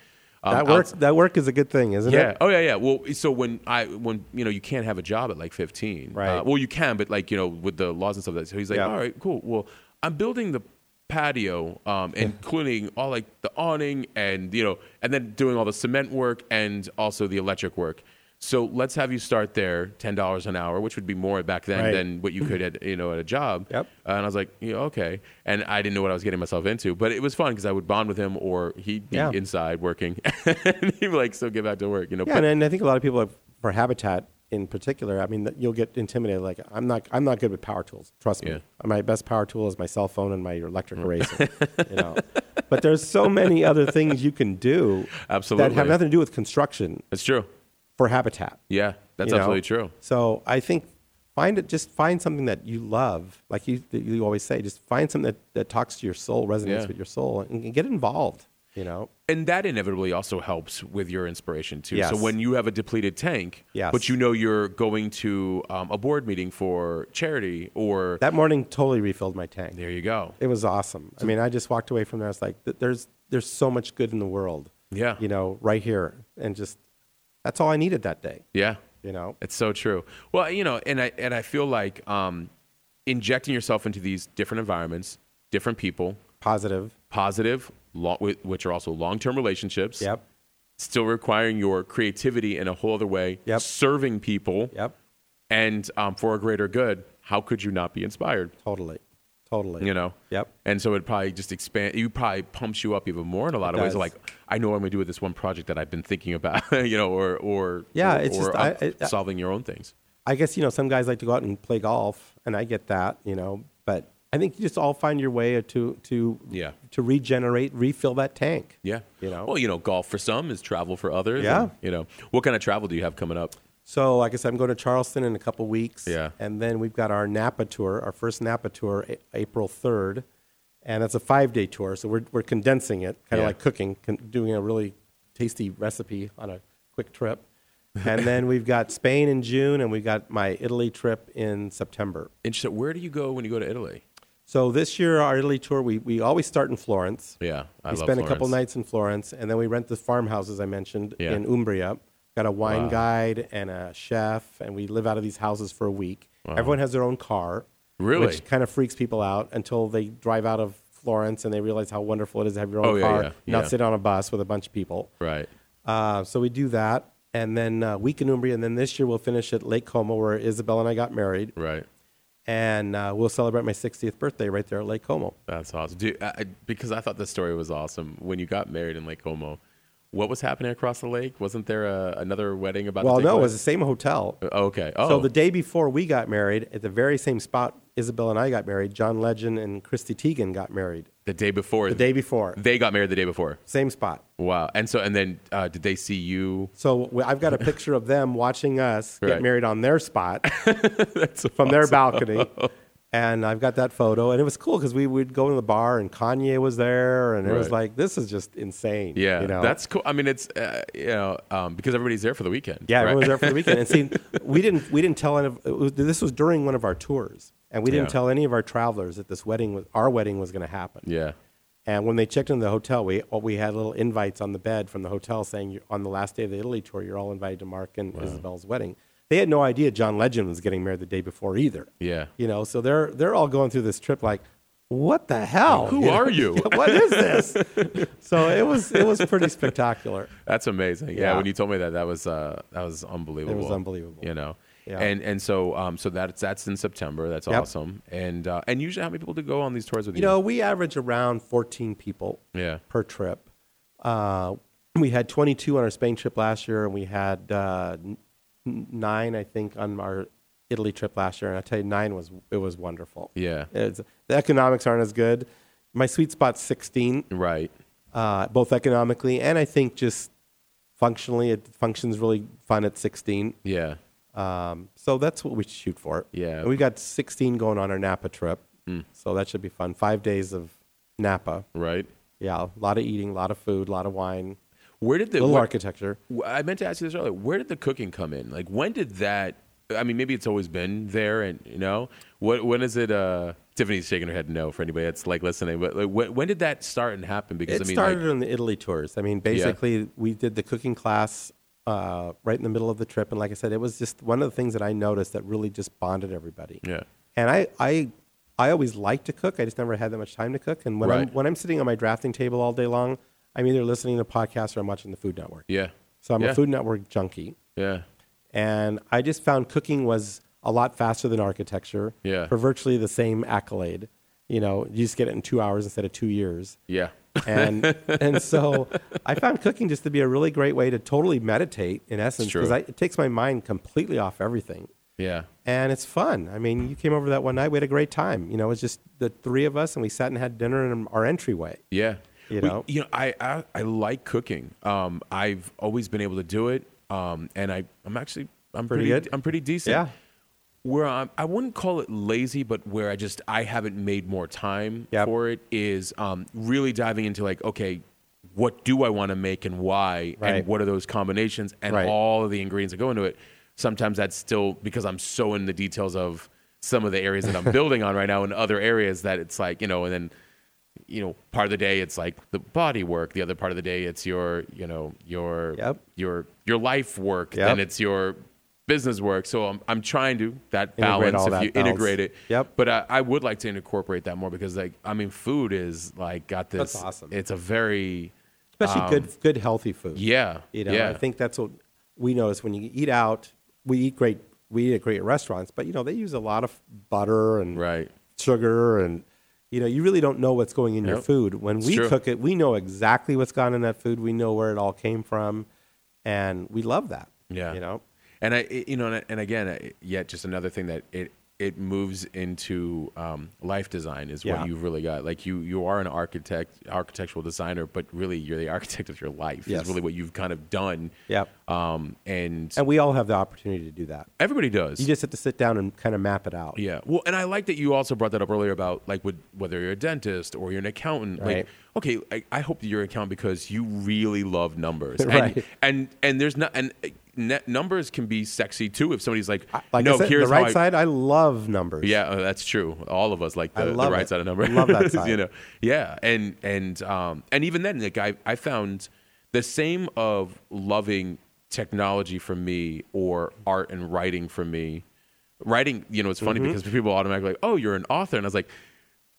B: Um,
C: that work.
B: outs-
C: That work is a good thing, isn't
B: yeah.
C: it?
B: Oh yeah, yeah. Well, so when I when you know you can't have a job at like 15.
C: Right.
B: Uh, well, you can, but like you know with the laws and stuff like that. So he's like,
C: Yeah.
B: all right, cool. Well, I'm building the patio, um, including all like the awning and you know, and then doing all the cement work and also the electric work. So let's have you start there, ten dollars an hour, which would be more back then
C: Right.
B: than what you could at you know at a job.
C: Yep.
B: Uh, and I was like, yeah, okay. And I didn't know what I was getting myself into, but it was fun because I would bond with him, or he'd be
C: Yeah.
B: inside working, and he'd be like, "So get back to work," you know.
C: Yeah,
B: but-
C: and, and I think a lot of people have, for Habitat in particular. I mean, that you'll get intimidated. Like, I'm not, I'm not good with power tools. Trust me.
B: Yeah. Mm.
C: My best power tool is my cell phone and my electric eraser. you know, but there's so many other things you can do. That
B: Absolutely.
C: have nothing to do with construction
B: That's true.
C: for Habitat.
B: Yeah, that's
C: you know?
B: absolutely true.
C: So I think find it. Just find something that you love, like you that you always say. Just find something that, that talks to your soul, resonates
B: Yeah.
C: with your soul, and, and get involved. You know,
B: And that inevitably also helps with your inspiration too.
C: Yes.
B: So when you have a depleted tank,
C: Yes.
B: but you know you're going to um, a board meeting for charity, or
C: that morning totally refilled my tank.
B: there you go.
C: It was awesome. I mean, I just walked away from there. I was like, "Th- there's there's so much good in the world.
B: Yeah.
C: you know, right here, and just that's all I needed that day.
B: Yeah,
C: You know,
B: It's so true. Well, you know, and I and I feel like um, injecting yourself into these different environments, different people,
C: positive.
B: positive, lo- whi- which are also long-term relationships.
C: Yep,
B: Still requiring your creativity in a whole other way.
C: Yep.
B: Serving people.
C: yep,
B: And um, for a greater good, how could you not be inspired?
C: totally, totally.
B: You know.
C: Yep.
B: And so it probably just expand. You probably pumps you up even more in a lot
C: It
B: of ways.
C: does.
B: Like I know what I'm going to do with this one project that I've been thinking about. you know, or or
C: Yeah,
B: or,
C: it's
B: or
C: just-
B: up-
C: I- I-
B: solving your own things.
C: I guess you know some guys like to go out and play golf, and I get that. You know, but I think you just all find your way to to
B: Yeah.
C: to regenerate, refill that tank.
B: Yeah.
C: You know?
B: Well, you know, golf for some is travel for others.
C: Yeah.
B: and, you know, what kind of travel do you have coming up?
C: So, like I said, I'm going to Charleston in a couple weeks.
B: Yeah.
C: And then we've got our Napa tour, our first Napa tour, A- April 3rd. And that's a five day tour. So, we're, we're condensing it, kind of
B: Yeah.
C: like cooking, con- doing a really tasty recipe on a quick trip. And then we've got Spain in June, and we've got my Italy trip in September.
B: Interesting. Where do you go when you go to Italy?
C: So, this year, our Italy tour, we, we always start in Florence.
B: Yeah. I
C: we
B: love
C: spend a couple
B: Florence.
C: nights in Florence, and then we rent the farmhouses I mentioned
B: Yeah.
C: in Umbria. Got a wine
B: Wow.
C: guide and a chef, and we live out of these houses for a week. Everyone has their own car,
B: Really?
C: which kind of freaks people out until they drive out of Florence and they realize how wonderful it is to have your own
B: Oh, yeah,
C: car,
B: yeah,
C: not
B: yeah.
C: sit on a bus with a bunch of people.
B: Right.
C: Uh, so we do that, and then uh, week in Umbria, and then this year we'll finish at Lake Como, where Isabel and I got married,
B: Right.
C: and uh, we'll celebrate my 60th birthday right there at Lake Como.
B: That's awesome. Dude, I, I- because I thought the story was awesome. When you got married in Lake Como, what was happening across the lake? Wasn't there a, another wedding about
C: Well,
B: to take
C: no, it
B: place?
C: was the same hotel.
B: Okay. Oh,
C: So the day before we got married, at the very same spot Isabel and I got married, John Legend and Christy Teigen got married.
B: the day before.
C: The day before,
B: They got married the day before.
C: same spot.
B: Wow. And so, and then uh, did they see you?
C: So we- I've got a picture of them watching us get
B: Right.
C: married on their spot from their balcony. And I've got that photo. And it was cool because we would go to the bar and Kanye was there. And it was
B: Right.
C: like, this is just insane.
B: Yeah.
C: You know?
B: That's cool. I mean, it's, uh, you know, um, because everybody's there for the weekend.
C: Yeah,
B: right?
C: everyone was there for the weekend. And see, we didn't we didn't tell any of it was, this was during one of our tours, and we didn't
B: Yeah.
C: tell any of our travelers that this wedding was our wedding was going to happen.
B: yeah.
C: And when they checked into the hotel, we well, we had little invites on the bed from the hotel saying you on the last day of the Italy tour, you're all invited to Mark and Isabel's wedding. They had no idea John Legend was getting married the day before either.
B: Yeah.
C: You know, so they're they're all going through this trip like, what the hell?
B: Who
C: know?
B: are you?
C: what is this? so it was it was pretty spectacular.
B: That's amazing. Yeah.
C: Yeah.
B: When you told me that, that was, uh, that was unbelievable.
C: unbelievable.
B: You know?
C: Yeah.
B: And, and so, um, so that's, that's in September. That's
C: Yep.
B: awesome. And, uh, and usually how many people do go on these tours with you?
C: You know, we average around 14 people
B: Yeah.
C: per trip. Uh, we had 22 on our Spain trip last year, and we had uh, n- nine, I think, on our Italy trip last year. And I tell you, nine was it was wonderful.
B: Yeah.
C: It's, the economics aren't as good. My sweet spot's 16,
B: Right.
C: uh, both economically and I think just functionally. It functions really fun at 16.
B: Yeah.
C: Um, so that's what we should shoot for.
B: Yeah. Mm.
C: And we've got 16 going on our Napa trip. So that should be fun. Five days of Napa.
B: right?
C: Yeah, a lot of eating, a lot of food, a lot of wine,
B: Where did the
C: little
B: what-
C: architecture.
B: w- I meant to ask you this earlier. Where did the cooking come in? Like, when did that? I mean, maybe it's always been there, and you know, what when is it? Uh, Tiffany's shaking her head no for anybody that's like listening. But like, when, when did that start and happen? Because
C: It
B: I mean,
C: started
B: like,
C: on the Italy tours. I mean, basically, we did the cooking class uh, right in the middle of the trip, and like I said, it was just one of the things that I noticed that really just bonded everybody.
B: yeah,
C: And I, I, I always liked to cook. I just never had that much time to cook. And when
B: Right.
C: I'm when I'm sitting on my drafting table all day long, I'm either listening to podcasts or I'm watching the Food Network.
B: yeah,
C: So I'm
B: yeah.
C: a Food Network junkie.
B: yeah,
C: and I just found cooking was a lot faster than architecture.
B: Yeah.
C: For virtually the same accolade, you know, you just get it in two hours instead of two years.
B: yeah,
C: And and so I found cooking just to be a really great way to totally meditate in essence
B: true.
C: because it takes my mind completely off everything.
B: yeah.
C: And it's fun. I mean, you came over that one night. We had a great time. You know, it was just the three of us, and we sat and had dinner in our entryway.
B: Yeah.
C: You
B: We-
C: know?
B: you know, I, I, I like cooking. Um, I've always been able to do it. Um, and I, I'm actually, I'm pretty,
C: Pretty good?
B: I'm pretty decent.
C: Yeah.
B: Where I'm, I wouldn't call it lazy, but where I just, I haven't made more time
C: Yep.
B: for it is, um, really diving into like, okay, what do I want to make and why?
C: Right.
B: And what are those combinations and
C: Right.
B: all of the ingredients that go into it. Sometimes that's still because I'm so in the details of some of the areas that I'm building on right now and other areas that it's like, you know, and then you know, part of the day it's like the body work. The other part of the day it's your, you know, your
C: Yep.
B: your your life work.
C: Yep.
B: Then it's your business work. So I'm I'm trying to that
C: Integrate
B: balance
C: all
B: if
C: that
B: you
C: balance.
B: integrate it.
C: Yep.
B: But I, I would like to incorporate that more because like I mean food is like got this
C: That's awesome.
B: It's a very
C: especially good, good healthy food.
B: Um, yeah.
C: You know,
B: yeah.
C: I think that's what we notice when you eat out. We eat great. We eat at great restaurants, but you know they use a lot of butter and
B: Right.
C: sugar, and you know you really don't know what's going in your
B: Yep.
C: food. When
B: It's
C: we
B: true.
C: cook it, we know exactly what's gone in that food. We know where it all came from, and we love that.
B: Yeah.
C: you know,
B: And I, it- you know, and, and again, I- yet just another thing that it it moves into um, life design is
C: Yeah.
B: what you've really got. Like you, you are an architect, architectural designer, but really you're the architect of your life.
C: Yes.
B: Is really what you've kind of done.
C: Yep.
B: Um, and,
C: and we all have the opportunity to do that.
B: everybody does.
C: You just have to sit down and kind of map it out.
B: yeah. Well, and I like that you also brought that up earlier about like with, whether you're a dentist or you're an accountant.
C: Right.
B: Like, okay, I, I hope that you're an accountant because you really love numbers.
C: Right.
B: And, and and there's not and. uh, Net numbers can be sexy too. If somebody's like,
C: Like
B: "No,
C: I said,
B: here's
C: the right
B: how I,
C: side. I love numbers.
B: Yeah, uh, that's true. All of us like
C: I
B: the, the
C: love
B: right
C: it.
B: side of number.
C: Love that side.
B: you know. Yeah, and and um and even then, like I I found the same of loving technology for me or art and writing for me. Writing, you know, it's funny
C: Mm-hmm.
B: because people automatically like, oh, you're an author, and I was like,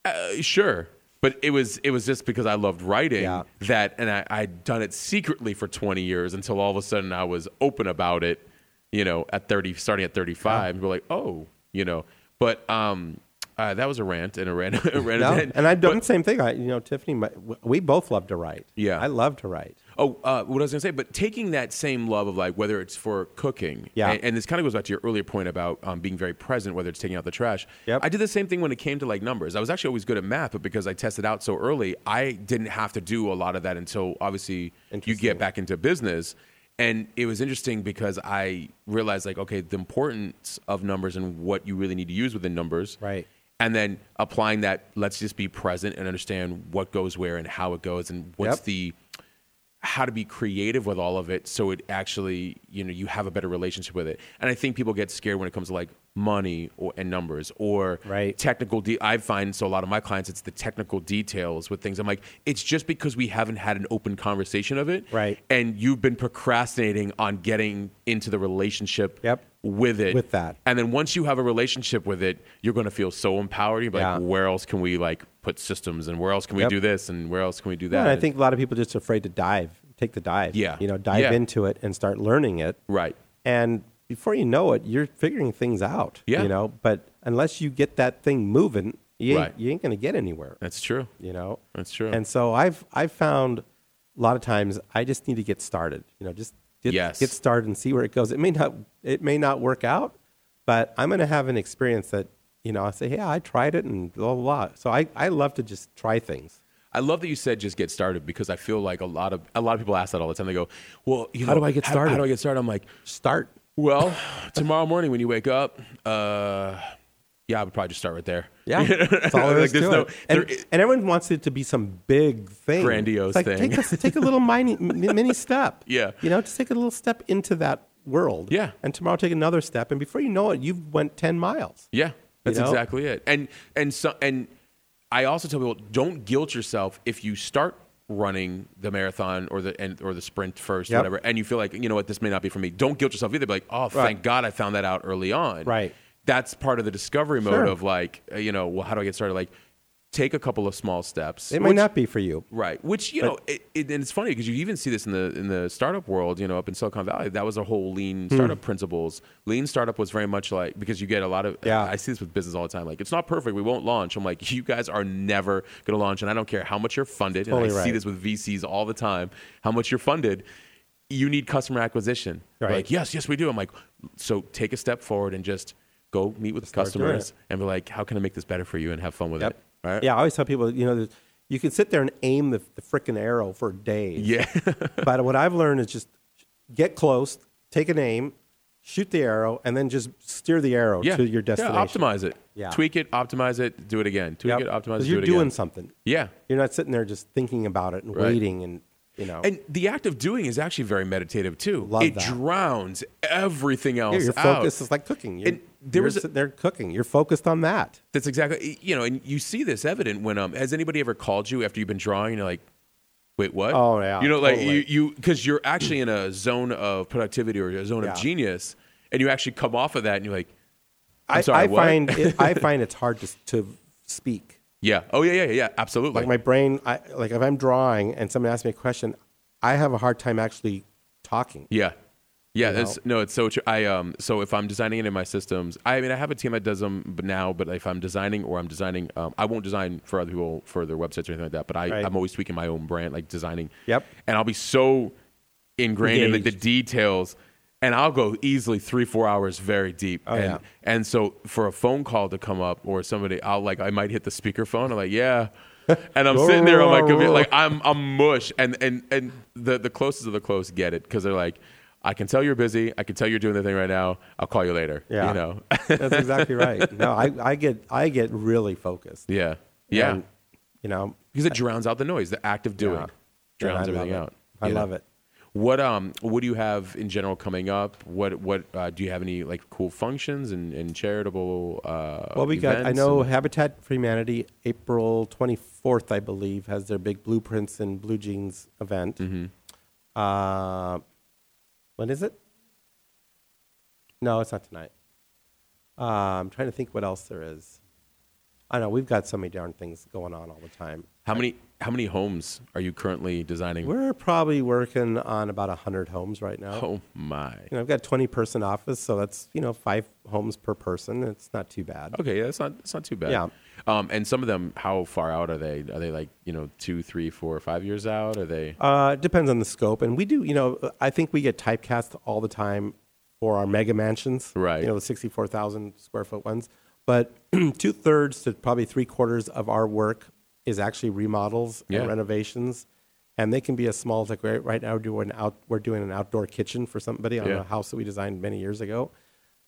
B: uh, sure. But it was it was just because I loved writing
C: Yeah.
B: that, and I, I'd done it secretly for 20 years until all of a sudden I was open about it. You know, at 30, starting at 35, people were like, oh, you know. But um, uh, that was a rant and a rant, a rant
C: No,
B: and-
C: and I've done the same thing. I, you know, Tiffany, my, w- we both love to write.
B: Yeah.
C: I love to write.
B: Oh, uh, what I was gonna say, but taking that same love of like whether it's for cooking,
C: Yeah.
B: and, and this kind of goes back to your earlier point about um, being very present, whether it's taking out the trash.
C: Yep.
B: I did the same thing when it came to like numbers. I was actually always good at math, but because I tested out so early, I didn't have to do a lot of that until obviously you
C: Interesting.
B: get back into business. And it was interesting because I realized like, okay, the importance of numbers and what you really need to use within numbers,
C: Right.
B: And then applying that, let's just be present and understand what goes where and how it goes and what's
C: Yep.
B: the how to be creative with all of it so it actually you know you have a better relationship with it and i think people get scared when it comes to like money or and numbers or
C: Right.
B: technical de- i find so a lot of my clients it's the technical details with things i'm like it's just because we haven't had an open conversation of it
C: Right.
B: and you've been procrastinating on getting into the relationship
C: Yep.
B: with it
C: With that.
B: and then once you have a relationship with it you're going to feel so empowered you're
C: Yeah.
B: like where else can we like put systems and where else can we
C: Yep.
B: do this and where else can we do that
C: Yeah, and I
B: And-
C: think a lot of people just afraid to dive, take the dive.
B: Yeah.
C: You know, dive
B: Yeah.
C: into it and start learning it.
B: right
C: And before you know it, you're figuring things out.
B: Yeah.
C: You know, but unless you get that thing moving, you ain't,
B: Right.
C: you ain't going to get anywhere.
B: that's true
C: You know.
B: That's true.
C: And so I've I've found a lot of times I just need to get started. You know, just get,
B: Yes.
C: get started and see where it goes. It may not it may not work out, but I'm going to have an experience that you know I say, yeah, I tried it and blah blah. blah. So I I love to just try things.
B: I love that you said just get started because I feel like a lot of a lot of people ask that all the time. They go, "Well, you know,
C: How do I get started?"
B: How, do I get started?" I'm like,
C: Start.
B: "Well, tomorrow morning when you wake up, uh, yeah, I would probably just start right there.
C: Yeah, that's all there
B: Like,
C: is
B: there's
C: to
B: no-
C: it. And,
B: there-
C: and everyone wants it to be some big thing,
B: Grandiose
C: It's like,
B: thing.
C: Take a, take a little mini, mini step.
B: Yeah.
C: you know, just take a little step into that world.
B: Yeah.
C: and tomorrow take another step, and before you know it, you've went ten miles.
B: Yeah, that's
C: know?
B: exactly it. And and so and I also tell people don't guilt yourself if you start running the marathon or the and or the sprint first,
C: Yep.
B: whatever, and you feel like you know what this may not be for me. Don't guilt yourself either. Be like, oh, thank God I found that out early on.
C: Right.
B: That's part of the discovery mode
C: Sure.
B: of like, uh, you know, well, how do I get started? Like, take a couple of small steps.
C: It may
B: which-
C: not be for you.
B: Right, which you
C: But-
B: know, it, it, and it's funny because you even see this in the in the startup world. You know, up in Silicon Valley, that was a whole lean
C: Hmm.
B: startup principles. Lean startup was very much like because you get a lot of.
C: Yeah.
B: I see this with business all the time. Like, it's not perfect. We won't launch. I'm like, you guys are never going to launch, and I don't care how much you're funded. and I
C: Totally
B: see
C: right.
B: this with VCs all the time. How much you're funded, you need customer acquisition. They're
C: Right.
B: Like, yes, yes, we do. I'm like, so take a step forward and just go meet with
C: start doing
B: customers
C: it.
B: and be like, how can I make this better for you and have fun with it. Right.
C: Yeah, I always tell people, you know, that you can sit there and aim the, the frickin' arrow for days.
B: Yeah.
C: but what I've learned is just get close, take an aim, shoot the arrow, and then just steer the arrow to your destination.
B: optimize it.
C: Yeah.
B: Tweak it, optimize it, do it again. Tweak
C: Yep.
B: it, optimize
C: 'Cause
B: it,
C: You're
B: do it
C: doing
B: again.
C: something.
B: Yeah.
C: You're not sitting there just thinking about it and
B: Right.
C: waiting and you know.
B: And the act of doing is actually very meditative too.
C: Love
B: it
C: that.
B: drowns everything else
C: yeah, your
B: out.
C: focus is like cooking. You're,
B: And there
C: you're
B: was a-
C: sitting there cooking. You're focused on that.
B: That's exactly you know, and you see this evident when um has anybody ever called you after you've been drawing and you're like, wait, what?
C: Oh, yeah,
B: You know, like
C: totally.
B: you you because you're actually in a zone of productivity or a zone
C: Yeah.
B: of genius, and you actually come off of that and you're like, I'm
C: I,
B: sorry,
C: I
B: what?
C: find it, I find it's hard to to speak.
B: yeah, oh yeah, yeah, yeah, absolutely.
C: Like my brain, I, like if I'm drawing and someone asks me a question, I have a hard time actually talking.
B: Yeah. Yeah,
C: know?
B: that's, no, it's so true. I um, so if I'm designing it in my systems, I mean, I have a team that does them b- now. But if I'm designing or I'm designing, um, I won't design for other people for their websites or anything like that. But I,
C: Right.
B: I'm always tweaking my own brand, like designing.
C: Yep.
B: And I'll be so ingrained in like the
C: Engaged.
B: details, and I'll go easily three, four hours very deep.
C: Oh,
B: and,
C: yeah.
B: And so for a phone call to come up or somebody, I'll like, I might hit the speakerphone. I'm like, yeah. And I'm sitting there on my computer, like I'm I'm mush, and and and the the closest of the close get it because they're like, I can tell you're busy. I can tell you're doing the thing right now. I'll call you later.
C: Yeah.
B: You know.
C: That's exactly right. No, I, I get I get really focused.
B: yeah. Yeah.
C: And, you know,
B: Because it drowns out the noise. The act of doing
C: Yeah.
B: drowns
C: I love
B: everything
C: it.
B: out.
C: I
B: you know?
C: love it.
B: What um what do you have in general coming up? What what uh, do you have any like cool functions and, and charitable? Uh,
C: Well, we got I
B: events
C: know
B: and-
C: Habitat for Humanity April 24th, I believe, has their big Blueprints and Blue Jeans event.
B: Mm-hmm.
C: Uh, when is it? No, it's not tonight. Uh, I'm trying to think what else there is. I know we've got so many darn things going on all the time.
B: how many how many homes are you currently designing?
C: We're probably working on about 100 homes right now.
B: Oh my.
C: You know, I've got 20 person office, so that's, you know, five homes per person. It's not too bad.
B: Okay, yeah, that's not that's not too bad.
C: Yeah.
B: Um, and some of them, how far out are they? Are they like you know two, three, four, five years out? Are they?
C: Uh, it depends on the scope. And we do, you know, I think we get typecast all the time for our mega mansions,
B: Right.
C: You know, the 64,000 square foot ones. But two thirds to probably three quarters of our work is actually remodels
B: Yeah.
C: and renovations. And they can be as small as like right, right now we're doing, out, we're doing an outdoor kitchen for somebody on
B: Yeah.
C: a house that we designed many years ago.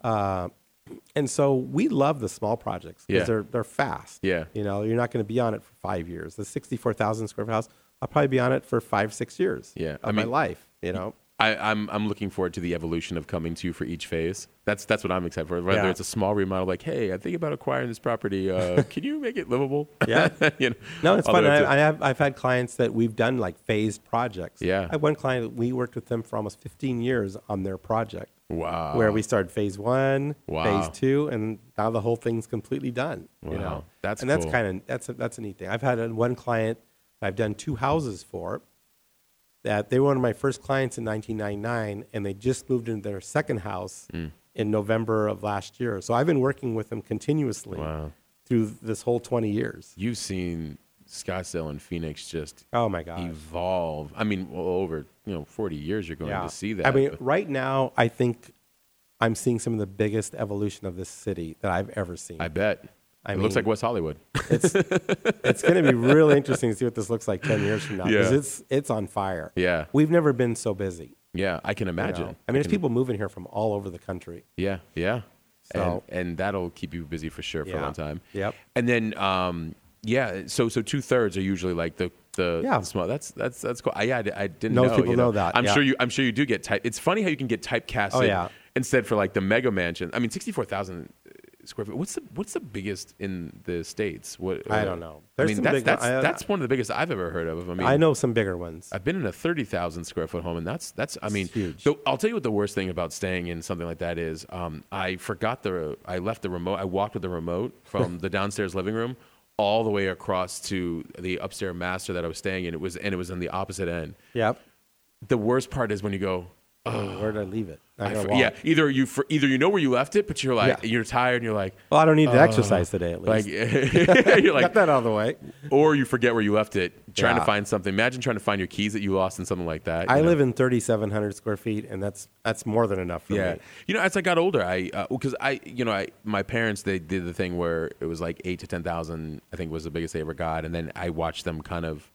C: Uh, and so we love the small projects because
B: Yeah.
C: they're, they're fast.
B: Yeah.
C: You know, you're not going to be on it for five years. The 64,000 square foot house, I'll probably be on it for five, six years
B: Yeah,
C: of
B: I
C: my
B: mean-
C: life, you know?
B: I, I'm I'm looking forward to the evolution of coming to you for each phase. That's that's what I'm excited for. Whether
C: Yeah.
B: it's a small remodel, like hey, I think about acquiring this property. Uh, can you make it livable?
C: Yeah.
B: you know,
C: No, it's
B: all the
C: fun.
B: way up
C: I,
B: to-
C: I have, I've had clients that we've done like phased projects.
B: Yeah.
C: I had one client, we worked with them for almost 15 years on their project
B: wow.
C: where we started phase one,
B: Wow.
C: phase two, and now the whole thing's completely done.
B: Wow.
C: You know?
B: That's
C: and that's
B: cool.
C: kind of, that's a, that's a neat thing. I've had uh, one client I've done two houses for that they were one of my first clients in 1999 and they just moved into their second house
B: Mm.
C: in November of last year. So I've been working with them continuously
B: Wow.
C: through this whole 20 years.
B: You've seen Scottsdale and Phoenix just
C: Oh my God.
B: evolve. I mean, well, over you know 40 years, you're going to see that.
C: I mean,
B: but-
C: right now, I think I'm seeing some of the biggest evolution of this city that I've ever seen.
B: I bet.
C: I
B: it looks
C: mean-
B: like West Hollywood.
C: it's going to be really interesting to see what this looks like 10 years from now because
B: Yeah.
C: it's, it's on fire.
B: Yeah.
C: We've never been so busy.
B: yeah, I can
C: you know?
B: imagine.
C: I mean, there's people moving here from all over the country.
B: Yeah, yeah.
C: So-
B: and, and that'll keep you busy for sure for a
C: Yeah.
B: long time.
C: Yep.
B: And then, um, yeah. So so two thirds are usually like the the
C: Yeah.
B: small. That's that's that's cool. I, yeah, I, di- I didn't
C: Most
B: know.
C: people
B: you
C: know that,
B: I'm
C: yeah.
B: sure you. I'm sure you do get type. It's funny how you can get typecasted
C: Oh, yeah.
B: instead for like the mega mansion. I mean, sixty four thousand square feet. What's the what's the biggest in the states? What uh,
C: I don't know.
B: I
C: There's
B: mean,
C: some
B: that's
C: big-
B: that's,
C: I-
B: that's one of the biggest I've ever heard of. I mean,
C: I know some bigger ones.
B: I've been in a thirty thousand square foot home, and that's that's. I mean,
C: huge.
B: The, I'll tell you what the worst thing about staying in something like that is. Um, I forgot the. I left the remote. I walked with the remote from the downstairs living room all the way across to the upstairs master that I was staying in. It was and it was on the opposite end.
C: Yep.
B: The worst part is when you go.
C: Where did I leave it?
B: I
C: I gotta
B: for-
C: walk.
B: yeah, either you for, either you know where you left it, but you're like
C: Yeah.
B: you're tired and you're like
C: Well, I don't need to exercise today at
B: like
C: least.
B: you're
C: Got
B: like
C: that out of the way.
B: or you forget where you left it trying to
C: Yeah.
B: find something. Imagine trying to find your keys that you lost in something like that.
C: I
B: you know?
C: live in 3,700 square feet, and that's that's more than enough for
B: yeah.
C: me.
B: You know, as I got older, I because I you know I my parents they did the thing where it was like eight to ten thousand. I think was the biggest they ever got, and then I watched them kind of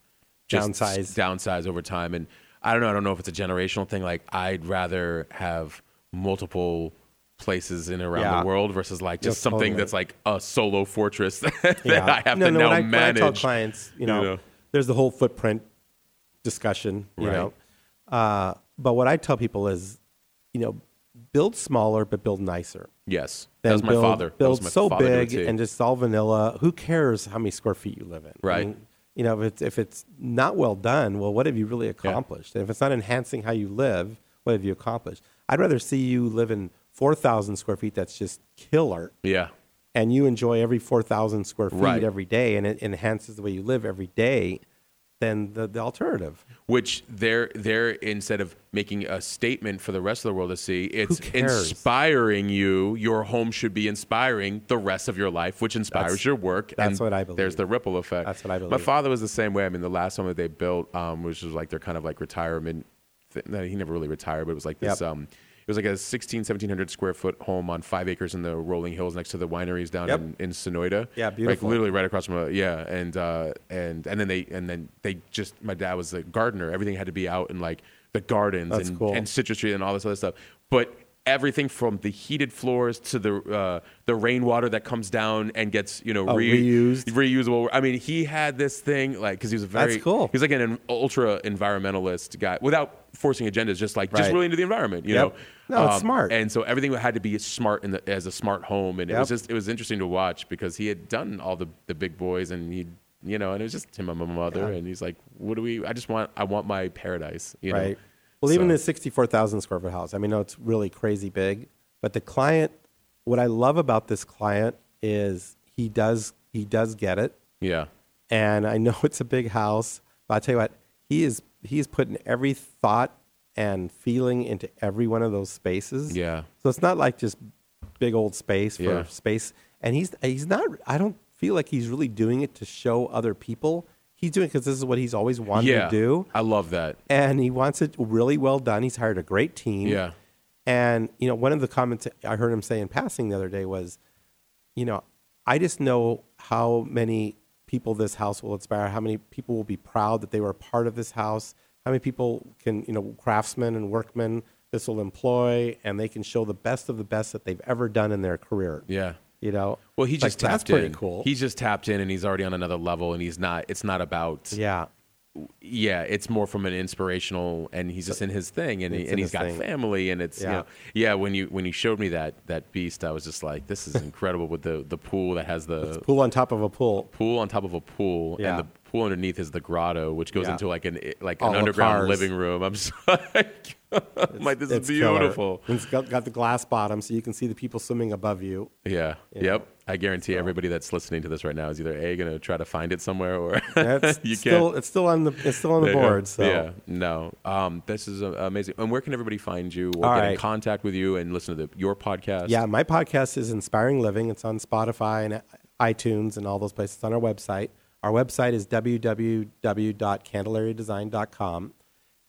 B: just
C: Downsize.
B: s- downsize over time. And I don't know. I don't know if it's a generational thing. Like I'd rather have multiple places in around
C: Yeah.
B: the world versus like just
C: Yeah,
B: something
C: totally.
B: that's like a solo fortress that I have
C: no,
B: to
C: no,
B: now
C: when I,
B: manage.
C: When I tell clients, you know,
B: know.
C: there's the whole footprint discussion, you
B: Right.
C: know. Uh, but what I tell people is, you know, build smaller but build nicer.
B: yes, that
C: Then
B: was my
C: build,
B: father. that
C: Build
B: was my
C: so
B: father
C: big
B: too.
C: and just all vanilla. Who cares how many square feet you live in? I
B: Right.
C: mean, you know, if it's if it's not well done, well, what have you really accomplished? And if it's not enhancing how you live, what have you accomplished? I'd rather see you live in four thousand square feet. That's just killer
B: yeah,
C: and you enjoy every 4,000 square feet
B: Right.
C: every day and it enhances the way you live every day, then the, the alternative.
B: which they're they're instead of making a statement for the rest of the world to see, it's
C: cares?
B: inspiring you. Your home should be inspiring the rest of your life, which inspires
C: That's-
B: your work.
C: that's
B: and
C: what I
B: There's
C: believe.
B: the ripple effect.
C: That's what I
B: My
C: believe.
B: father was the same way. I mean, the last home that they built, um, which was like their kind of like retirement. Thing. No, he never really retired, but it was like this.
C: Yep.
B: Um, it was like a 16, 1700 square foot home on five acres in the rolling hills next to the wineries down
C: Yep.
B: in, in Sonoyta.
C: Yeah,
B: Like, literally
C: beautiful.
B: literally right across from a yeah and uh and and then they and then they just my dad was a gardener everything had to be out in like the gardens
C: That's
B: and,
C: cool.
B: and citrus tree and all this other stuff but everything from the heated floors to the uh the rainwater that comes down and gets you know
C: Oh, reused.
B: reusable i mean he had this thing like because he was a very
C: That's cool.
B: he's like an en- ultra environmentalist guy without forcing agendas just like just
C: Right.
B: really into the environment you
C: Yep.
B: know Um,
C: No, it's smart.
B: and so everything had to be smart in the, as a smart home and it was
C: Yep.
B: just just- it was interesting to watch because he had done all the the big boys and he you know and it was just him and my mother and he's like what do we I just want I want my paradise you
C: right.
B: know
C: Well, even
B: So-
C: this 64,000 square foot house, I mean, no, it's really crazy big, but the client, what I love about this client is he does, he does get it.
B: yeah
C: And I know it's a big house, but I tell you what, he is, he is putting every thought and feeling into every one of those spaces.
B: Yeah.
C: So it's not like just big old space for
B: Yeah.
C: space. And he's he's not. I don't feel like he's really doing it to show other people. He's doing because this is what he's always wanted
B: yeah
C: to do,
B: I love that
C: and he wants it really well done. He's hired a great team.
B: Yeah.
C: And you know, one of the comments I heard him say in passing the other day was, you know, I just know how many people this house will inspire, how many people will be proud that they were a part of this house, how many people can, you know, craftsmen and workmen this will employ, and they can show the best of the best that they've ever done in their career.
B: yeah
C: You know?
B: well he
C: It's like,
B: just tapped
C: that's pretty
B: in
C: cool.
B: he's just tapped in and he's already on another level and he's not it's not about
C: yeah.
B: yeah, it's more from an inspirational, and he's just in his thing, and, he,
C: It's
B: and
C: in
B: he's
C: his
B: got
C: thing.
B: family, and it's yeah.
C: Yeah.
B: yeah. When you when you showed me that that beast, I was just like, this is incredible with the the pool that has the
C: Pool on top of a pool.
B: pool on top of a pool,
C: Yeah.
B: and the pool underneath is the grotto, which goes
C: Yeah. Oh,
B: into like an like
C: All
B: an
C: the
B: underground
C: cars.
B: living room. I'm just like, I'm like this is
C: It's killer.
B: beautiful.
C: And It's got, got the glass bottom, so you can see the people swimming above you.
B: Yeah.
C: You
B: Yep.
C: know,
B: I guarantee everybody that's listening to this right now is either a going to try to find it somewhere or
C: That's
B: you
C: still,
B: can't.
C: It's still on the it's still on the
B: Yeah,
C: board. So
B: yeah, no, um, this is uh, amazing. And where can everybody find you or
C: All
B: get in
C: right.
B: contact with you and listen to the, your podcast?
C: Yeah, my podcast is Inspiring Living. It's on Spotify and iTunes and all those places. It's on our website. Our website is www.candelaria.design.com.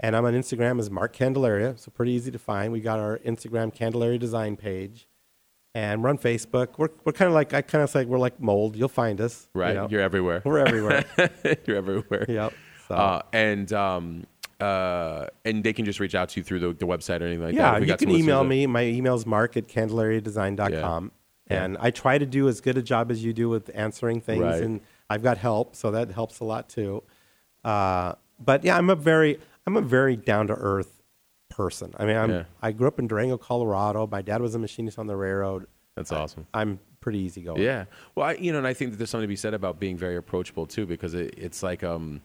C: And I'm on Instagram as Mark Candelaria, so pretty easy to find. We got our Instagram Candelaria Design page. And we're on Facebook. We're, we're kind of like, I kind of like, we're like mold. You'll find us. you
B: right.
C: know.
B: You're everywhere.
C: We're everywhere.
B: You're everywhere.
C: yep. So.
B: Uh, and um, uh, and they can just reach out to you through the, the website or anything like that.
C: yeah,
B: if we
C: you
B: got some
C: can email
B: listeners that-
C: me. My email's mark at candelariadesign.com. And I try to do as good a job as you do with answering things.
B: Right.
C: And I've got help, so that helps a lot too. Uh, but yeah, I'm a very I'm a very down to earth person. I mean, I'm,
B: Yeah.
C: I grew up in Durango, Colorado. My dad was a machinist on the railroad.
B: That's awesome.
C: I'm pretty easygoing.
B: Yeah. Well, I, you know, and I think that there's something to be said about being very approachable too, because it, it's like um,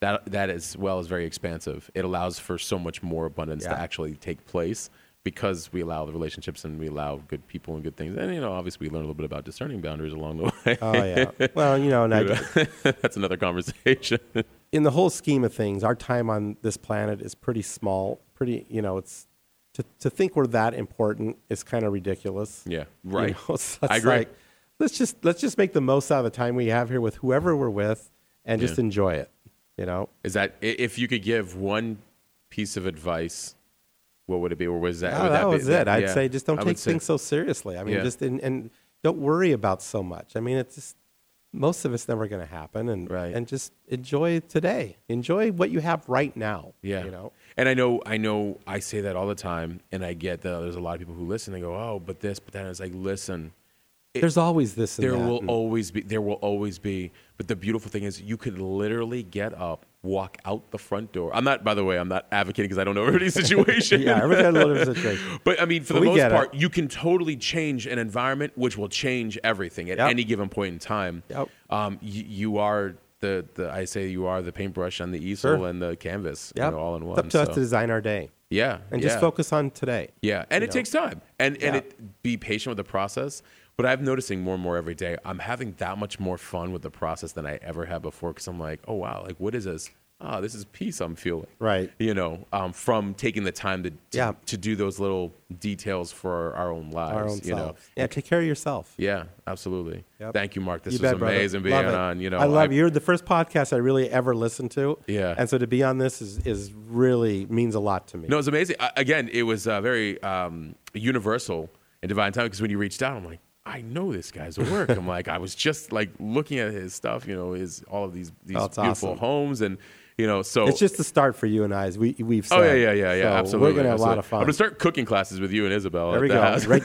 B: that that as well is very expansive. It allows for so much more abundance to
C: Yeah.
B: actually take place because we allow the relationships and we allow good people and good things. And you know, obviously, we learn a little bit about discerning boundaries along the way.
C: Oh yeah. well, you know, and I,
B: That's another conversation.
C: in the whole scheme of things, our time on this planet is pretty small. Pretty, you know, it's to to think we're that important is kind of ridiculous.
B: yeah.
C: You
B: Right.
C: know, so it's
B: I agree.
C: like, let's just let's just make the most out of the time we have here with whoever we're with, and just
B: Yeah.
C: enjoy it. You know,
B: Is that i- if you could give one piece of advice, what would it be? Or was that?
C: Oh,
B: would
C: that,
B: be-
C: was it. I'd
B: yeah.
C: say just don't
B: I would
C: take
B: say-
C: things so seriously. I mean,
B: Yeah.
C: just and, and don't worry about so much. I mean, it's just most of it's never going to happen, and
B: Right.
C: and just enjoy today. Enjoy what you have right now.
B: Yeah.
C: you know.
B: And I know I know I say that all the time and I get that there's a lot of people who listen, they go, Oh, but this, but that and it's like listen, it-
C: There's always this. And
B: there
C: that,
B: will
C: and-
B: always be there will always be but the beautiful thing is you could literally get up, walk out the front door. I'm not by the way, I'm not advocating because I don't know everybody's situation.
C: yeah, everybody had a little different situation.
B: But I mean, for the
C: We
B: most
C: get it.
B: part, you can totally change an environment, which will change everything at
C: Yep.
B: any given point in time.
C: Yep.
B: Um, you, you are the, the I say you are the paintbrush on the easel
C: Sure.
B: and the canvas, you
C: Yep.
B: know, all in one.
C: It's up to us
B: so-
C: to design our day
B: yeah,
C: and
B: yeah.
C: just focus on today.
B: Yeah, and
C: you
B: it
C: know.
B: takes time, and and
C: Yeah.
B: it be patient with the process. But I'm noticing more and more every day. I'm having that much more fun with the process than I ever had before because I'm like, oh wow, like what is this? Ah, this is peace I'm feeling.
C: Right.
B: You know, um, from taking the time to to,
C: Yeah.
B: to do those little details for our, our own lives.
C: Our own
B: you know.
C: self. Yeah, take care of yourself.
B: Yeah, absolutely.
C: Yep.
B: Thank you, Mark. This
C: You
B: was
C: bet, brother.
B: amazing
C: Love
B: being
C: it.
B: on. You know,
C: I love you. You're the first podcast I really ever listened to.
B: Yeah.
C: And so to be on this is, is really means a lot to me.
B: No, it was amazing. I, again, it was uh, very um, universal and divine time because when you reached out, I'm like, I know this guy's work. I'm like, I was just like looking at his stuff, you know, his all of these these
C: Oh, it's
B: beautiful
C: awesome.
B: homes and you know, so
C: It's just the start for you and I. As we we've said.
B: oh yeah, yeah, yeah, yeah,
C: So
B: absolutely.
C: We're gonna have a
B: absolutely.
C: lot of fun.
B: I'm gonna start cooking classes with you and Isabel.
C: there
B: at
C: we
B: the
C: go.
B: house.
C: Right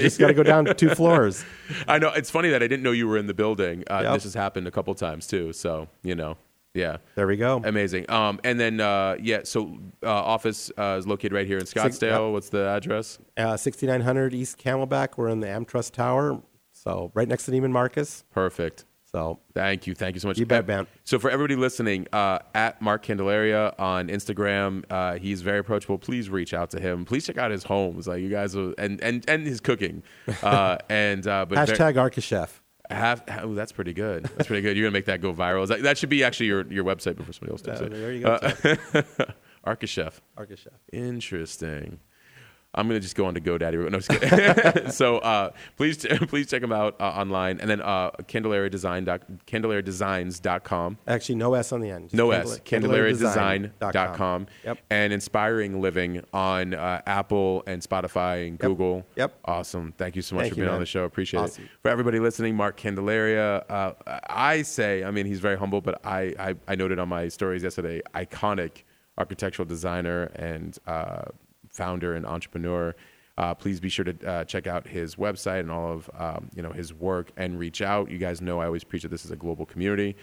C: Just got to go down two floors.
B: I know it's funny that I didn't know you were in the building. Uh,
C: Yep.
B: This has happened a couple times too, so you know, yeah.
C: There we go.
B: Amazing. Um, and then, uh, yeah, so uh, office uh, is located right here in Scottsdale.
C: Six- yep.
B: What's the address?
C: Uh, 6900 East Camelback. We're in the Amtrust Tower. So right next to Neiman Marcus.
B: Perfect.
C: So
B: Thank you. Thank you so much.
C: You bet, man.
B: So for everybody listening, uh, at Mark Candelaria on Instagram, uh, he's very approachable. Please reach out to him. Please check out his homes. Like you guys will, and and and his cooking. Uh, and uh, but ver-
C: hashtag Arkashef.
B: have, oh, that's pretty good. That's pretty good. You're gonna make that go viral. Is That, that should be actually your, your website before somebody else does
C: Uh,
B: it. Uh,
C: there you go.
B: Arkashef.
C: Arkashef.
B: Interesting. I'm gonna just go on to GoDaddy. No, I'm just kidding. so uh, please, please check them out uh, online, and then uh, Candelaria Design doc, CandelariaDesigns.com.
C: Actually, no S on the end. Just
B: No S.
C: Candela-
B: CandelariaDesign.com.
C: Yep.
B: And Inspiring Living on uh, Apple and Spotify and Google.
C: Yep.
B: Awesome. Thank you so much
C: Thank
B: for
C: you,
B: being on
C: man.
B: the show. Appreciate
C: Awesome.
B: it. For everybody listening, Mark Candelaria, uh, I say, I mean, he's very humble, but I, I, I noted on my stories yesterday, iconic architectural designer and uh, founder and entrepreneur. Uh, please be sure to uh, check out his website and all of um, you know his work and reach out. You guys know I always preach that this is a global community.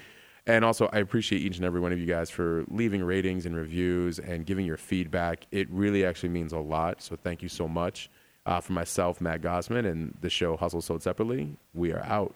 B: And also, I appreciate each and every one of you guys for leaving ratings and reviews and giving your feedback. It really actually means a lot. So, thank you so much. Uh, for myself, Matt Gossman, and the show Hustle Sold Separately, we are out.